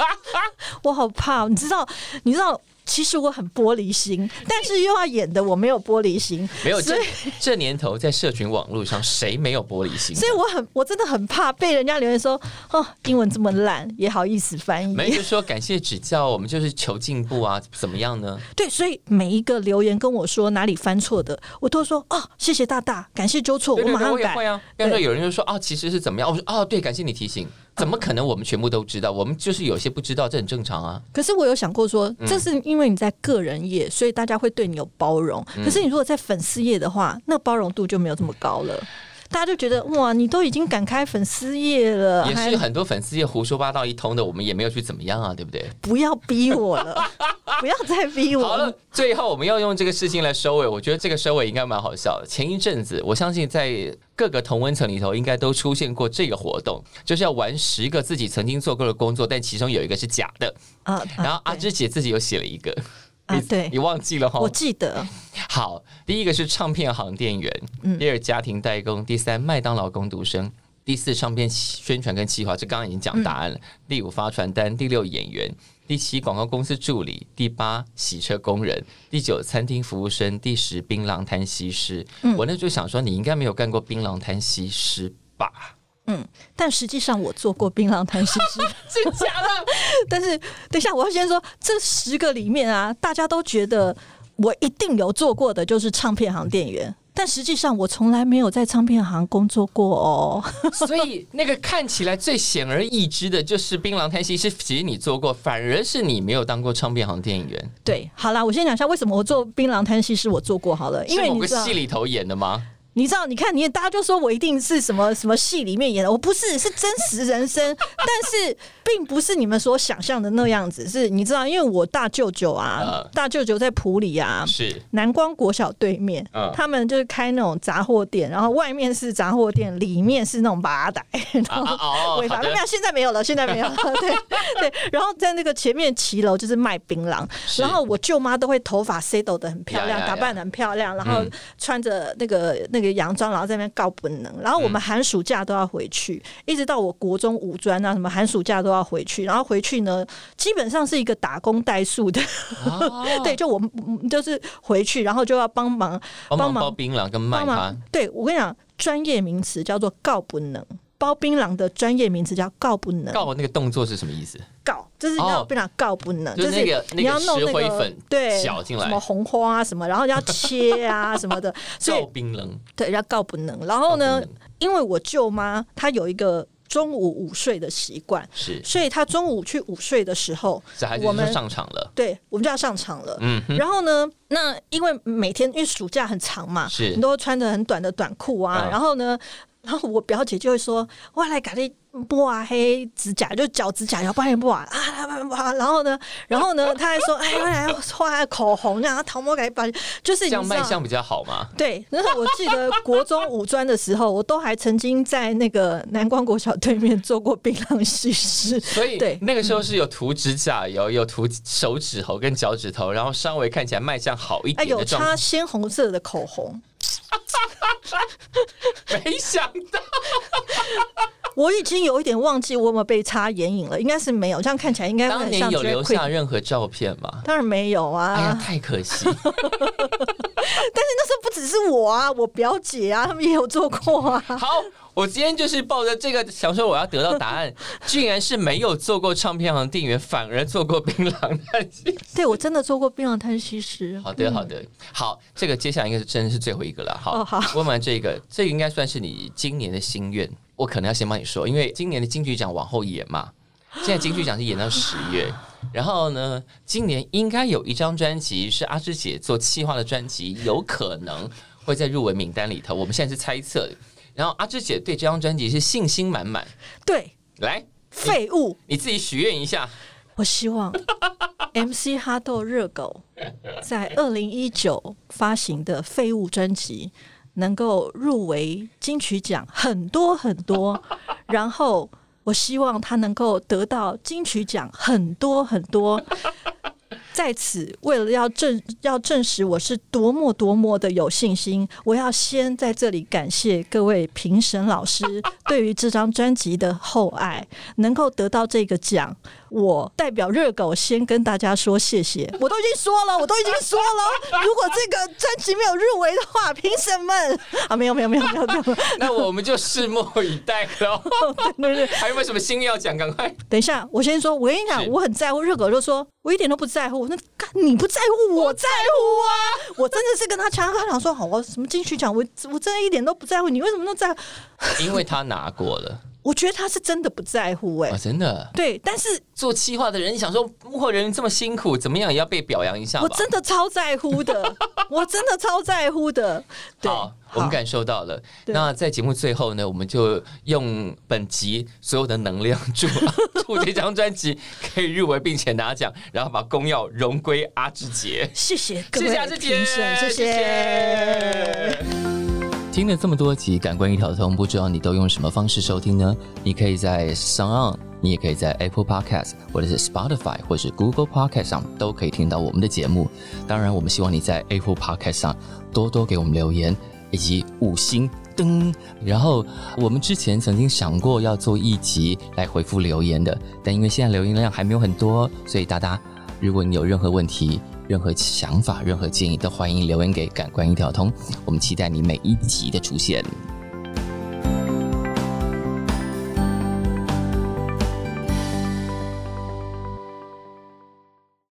Speaker 3: 我好怕，你知道，你知道。其实我很玻 璃心，但是又要演的我没有玻璃心，
Speaker 2: 没有
Speaker 3: 所
Speaker 2: 这
Speaker 3: 以
Speaker 2: 这年头，在社群网络上，谁没有玻璃心？
Speaker 3: 所以我很我真的很怕被人家留言说哦，英文这么烂，也好意思翻译。
Speaker 2: 没就是说感谢指教，我们就是求进步啊，怎么样呢？
Speaker 3: 对，所以每一个留言跟我说哪里犯错的，我都说哦，谢谢大大，感谢纠错，
Speaker 2: 对对
Speaker 3: 马
Speaker 2: 对，
Speaker 3: 上
Speaker 2: 我也
Speaker 3: 改。
Speaker 2: 会啊。比方说
Speaker 3: 对
Speaker 2: 有人就说啊，其实是怎么样？我说哦，对，感谢你提醒。怎么可能我们全部都知道？我们就是有些不知道，这很正常啊。
Speaker 3: 可是我有想过说，
Speaker 2: 嗯
Speaker 3: 这是因为你在个人业，所以大家会对你有包容。
Speaker 2: 嗯
Speaker 3: 可是你如果在粉丝业的话，那包容度就没有这么高了。大家就觉得哇，你都已经敢开粉丝业了，
Speaker 2: 也
Speaker 3: 呃还
Speaker 2: 是很多粉丝也胡说八道一通的，我们也没有去怎么样啊，对不对？
Speaker 3: 不要逼我 了，不要再逼我
Speaker 2: 好了，最后我们要用这个事情来收尾，我觉得这个收尾应该蛮好笑的。前一阵子，我相信在各个同温层里头，应该都出现过这个活动，就是要玩十个自己曾经做过的工作，但其中有一个是假的。
Speaker 3: 啊！啊
Speaker 2: 然后阿
Speaker 3: 对
Speaker 2: 芝姐自己又写了一个，
Speaker 3: 啊
Speaker 2: 你
Speaker 3: 对
Speaker 2: 你忘记了哈
Speaker 3: 我？记得
Speaker 2: 好，第一个是唱片行店员，
Speaker 3: 嗯
Speaker 2: 第二家庭代工，第三麦当劳工读生。第四，唱片宣传跟企划，这刚刚已经讲答
Speaker 3: 嗯
Speaker 2: 案了。第五，发传单；第六，演员；第七，广告公司助理；第八，洗车工人；第九，餐厅服务生；第十，槟榔摊西施。
Speaker 3: 嗯
Speaker 2: 我那时候想说，你应该没有干过槟榔摊西施吧？
Speaker 3: 但实际上我做过槟榔摊西施，
Speaker 2: 真假的？
Speaker 3: 但是等一下我要先说，这十个里面啊，大家都觉得我一定有做过的就是唱片行店员，但实际上我从来没有在唱片行工作过哦。
Speaker 2: 所以那个看起来最显而易知的就是槟榔摊西施，其实你做过，反而是你没有当过唱片行店员，
Speaker 3: 对，好啦，我先讲一下为什么我做槟榔摊西施我做过好了，因为
Speaker 2: 是某
Speaker 3: 你
Speaker 2: 个
Speaker 3: 知道
Speaker 2: 戏里头演的吗？
Speaker 3: 你知道，你看，你大家就说我一定是什么什么戏里面演的，我不是，是真实人生，但是并不是你们所想象的那样子。是你知道，因为我大舅舅啊
Speaker 2: 嗯，
Speaker 3: 大舅舅在普里啊，
Speaker 2: 是
Speaker 3: 南光国小对面，
Speaker 2: 嗯
Speaker 3: 他们就是开那种杂货店，然后外面是杂货店，里面是那种吧台，
Speaker 2: 啊啊哦，
Speaker 3: 违法
Speaker 2: 好
Speaker 3: 没
Speaker 2: 的
Speaker 3: 有，现在没有了，现在没有了。对对，然后在那个前面骑楼就是卖槟榔，
Speaker 2: 是
Speaker 3: 然后我舅妈都会头发 s e t 的很漂亮
Speaker 2: 呀呀呀
Speaker 3: 打扮的很漂亮，然后
Speaker 2: 嗯
Speaker 3: 穿着那个那个洋装，然后在那边告不能。然后我们寒暑假都要回去，一直到我国中五专啊什么寒暑假都要回去，然后回去呢，基本上是一个打工代数的，
Speaker 2: 哦
Speaker 3: 对，就我们就是回去，然后就要帮忙
Speaker 2: 帮
Speaker 3: 帮
Speaker 2: 忙
Speaker 3: 忙
Speaker 2: 包槟榔跟卖
Speaker 3: 帮
Speaker 2: 它
Speaker 3: 忙。对我跟你讲，专业名词叫做告不能。包槟榔的专业名词叫告不能，
Speaker 2: 告那个动作是什么意思？
Speaker 3: 告，就是你
Speaker 2: 哦
Speaker 3: 要被他告不能，
Speaker 2: 就是
Speaker 3: 是
Speaker 2: 那个
Speaker 3: 你要弄
Speaker 2: 那个石
Speaker 3: 那
Speaker 2: 灰
Speaker 3: 个
Speaker 2: 粉
Speaker 3: 对
Speaker 2: 搅进来
Speaker 3: 什么红花啊什么，然后要切啊什 么的，所
Speaker 2: 告
Speaker 3: 以
Speaker 2: 槟榔。
Speaker 3: 对要告不能。然后呢
Speaker 2: 告槟榔，
Speaker 3: 因为我舅妈她有一个中午午睡的习惯，
Speaker 2: 是
Speaker 3: 所以她中午去午睡的时候，
Speaker 2: 小孩子
Speaker 3: 我
Speaker 2: 就
Speaker 3: 们
Speaker 2: 上场了。
Speaker 3: 对我们就要上场了。
Speaker 2: 嗯哼，
Speaker 3: 然后呢，那因为每天因为暑假很长嘛，
Speaker 2: 是
Speaker 3: 你都穿着很短的短裤啊，
Speaker 2: 嗯
Speaker 3: 然后呢，然后我表姐就会说：“我来给你抹啊黑指甲，就脚指甲要帮你抹啊啊啊啊啊！”然后呢，然后呢，她还说：“哎，我来画口红，然后桃毛给你把，就是
Speaker 2: 这
Speaker 3: 你
Speaker 2: 样
Speaker 3: 知
Speaker 2: 卖
Speaker 3: 道。”
Speaker 2: 相比较好嘛？
Speaker 3: 对，然后我记得国中五专的时候，我都还曾经在那个南光国小对面做过槟榔西施。
Speaker 2: 所以
Speaker 3: 对
Speaker 2: 那个时候是有涂指甲油，有涂手指头跟脚趾头，然后稍微看起来卖相好一
Speaker 3: 哎，
Speaker 2: 点
Speaker 3: 有
Speaker 2: 的状
Speaker 3: 擦
Speaker 2: 况。
Speaker 3: 鲜红色的口红，
Speaker 2: 没想到
Speaker 3: 我已经有一点忘记我有没有被擦眼影了，应该是没有，这样看起来应该会
Speaker 2: 当
Speaker 3: 很
Speaker 2: 年
Speaker 3: 像
Speaker 2: 有
Speaker 3: drag
Speaker 2: 留
Speaker 3: queen
Speaker 2: 下任何照片吗？
Speaker 3: 当然没有啊，
Speaker 2: 哎呀，太可惜。
Speaker 3: 那时候不只是我啊，我表姐啊，他们也有做过 啊。
Speaker 2: 好，我今天就是抱着这个想说我要得到答案， 竟然是没有做过唱片行店员，反而做过槟榔摊。
Speaker 3: 对我真的做过槟榔摊西施，
Speaker 2: 好的，好的，好，这个接下来应该是真的是最后一个了。好，
Speaker 3: 嗯哦好
Speaker 2: 问完这个，这个应该算是你今年的心愿。我可能要先帮你说，因为今年的金曲奖往后延嘛，现在金曲奖是延到十 月。然后呢，今年应该有一张专辑是阿芝姐做企划的专辑，有可能会在入围名单里头。我们现在是猜测。然后阿芝姐对这张专辑是信心满满，
Speaker 3: 对，
Speaker 2: 来，
Speaker 3: 废物。
Speaker 2: 你自己许愿一下。
Speaker 3: 我希望 MC 哈豆热狗在二零一九发行的废物专辑能够入围金曲奖很多很多，然后我希望他能够得到金曲奖很多很多。在此，为了要证要证实我是多么多么的有信心，我要先在这里感谢各位评审老师对于这张专辑的厚爱，能够得到这个奖，我代表热狗先跟大家说谢谢。我都已经说了，我都已经说了，如果这个专辑没有入围的话，评审们啊，没有没有没有没有没 有，
Speaker 2: 那我们就拭目以待 喽。
Speaker 3: 对对对，
Speaker 2: 还有没有什么心愿要讲？赶 快。
Speaker 3: 等一下，我先说，我跟你讲
Speaker 2: 是，
Speaker 3: 我很在乎热狗，就说我一点都不在乎。那干你不在乎，我在乎啊！我真的是跟他强他讲说，好，我什么金曲奖，我我真的一点都不在乎，你为什么都在乎？
Speaker 2: 因为他拿过了
Speaker 3: 我觉得他是真的不在乎、欸，
Speaker 2: 啊，真的
Speaker 3: 对，但是
Speaker 2: 做企划的人想说，幕后人员这么辛苦，怎么样也要被表扬一下
Speaker 3: 我
Speaker 2: 吧。
Speaker 3: 真的超在乎 的，我真的超在乎的。对，
Speaker 2: 好，我们感受到了。
Speaker 3: 对
Speaker 2: 那在节目最后呢，我们就用本集所有的能量祝祝这张专辑可以入围并且拿奖，然后把公要荣归阿志杰。
Speaker 3: 谢谢各
Speaker 2: 谢
Speaker 3: 位
Speaker 2: 谢阿志杰，
Speaker 3: 评审，谢谢
Speaker 2: 谢
Speaker 4: 听了这么多集《感官一条通》，不知道你都用什么方式收听呢？你可以在 s o n 你也可以在 Apple Podcast 或者是 Spotify 或者是 Google Podcast 上都可以听到我们的节目。当然，我们希望你在 Apple Podcast 上多多给我们留言以及五星。噔，然后我们之前曾经想过要做一集来回复留言的，但因为现在留言量还没有很多，所以大家如果你有任何问题、任何想法、任何建议，都欢迎留言给感官一条通。我们期待你每一集的出现。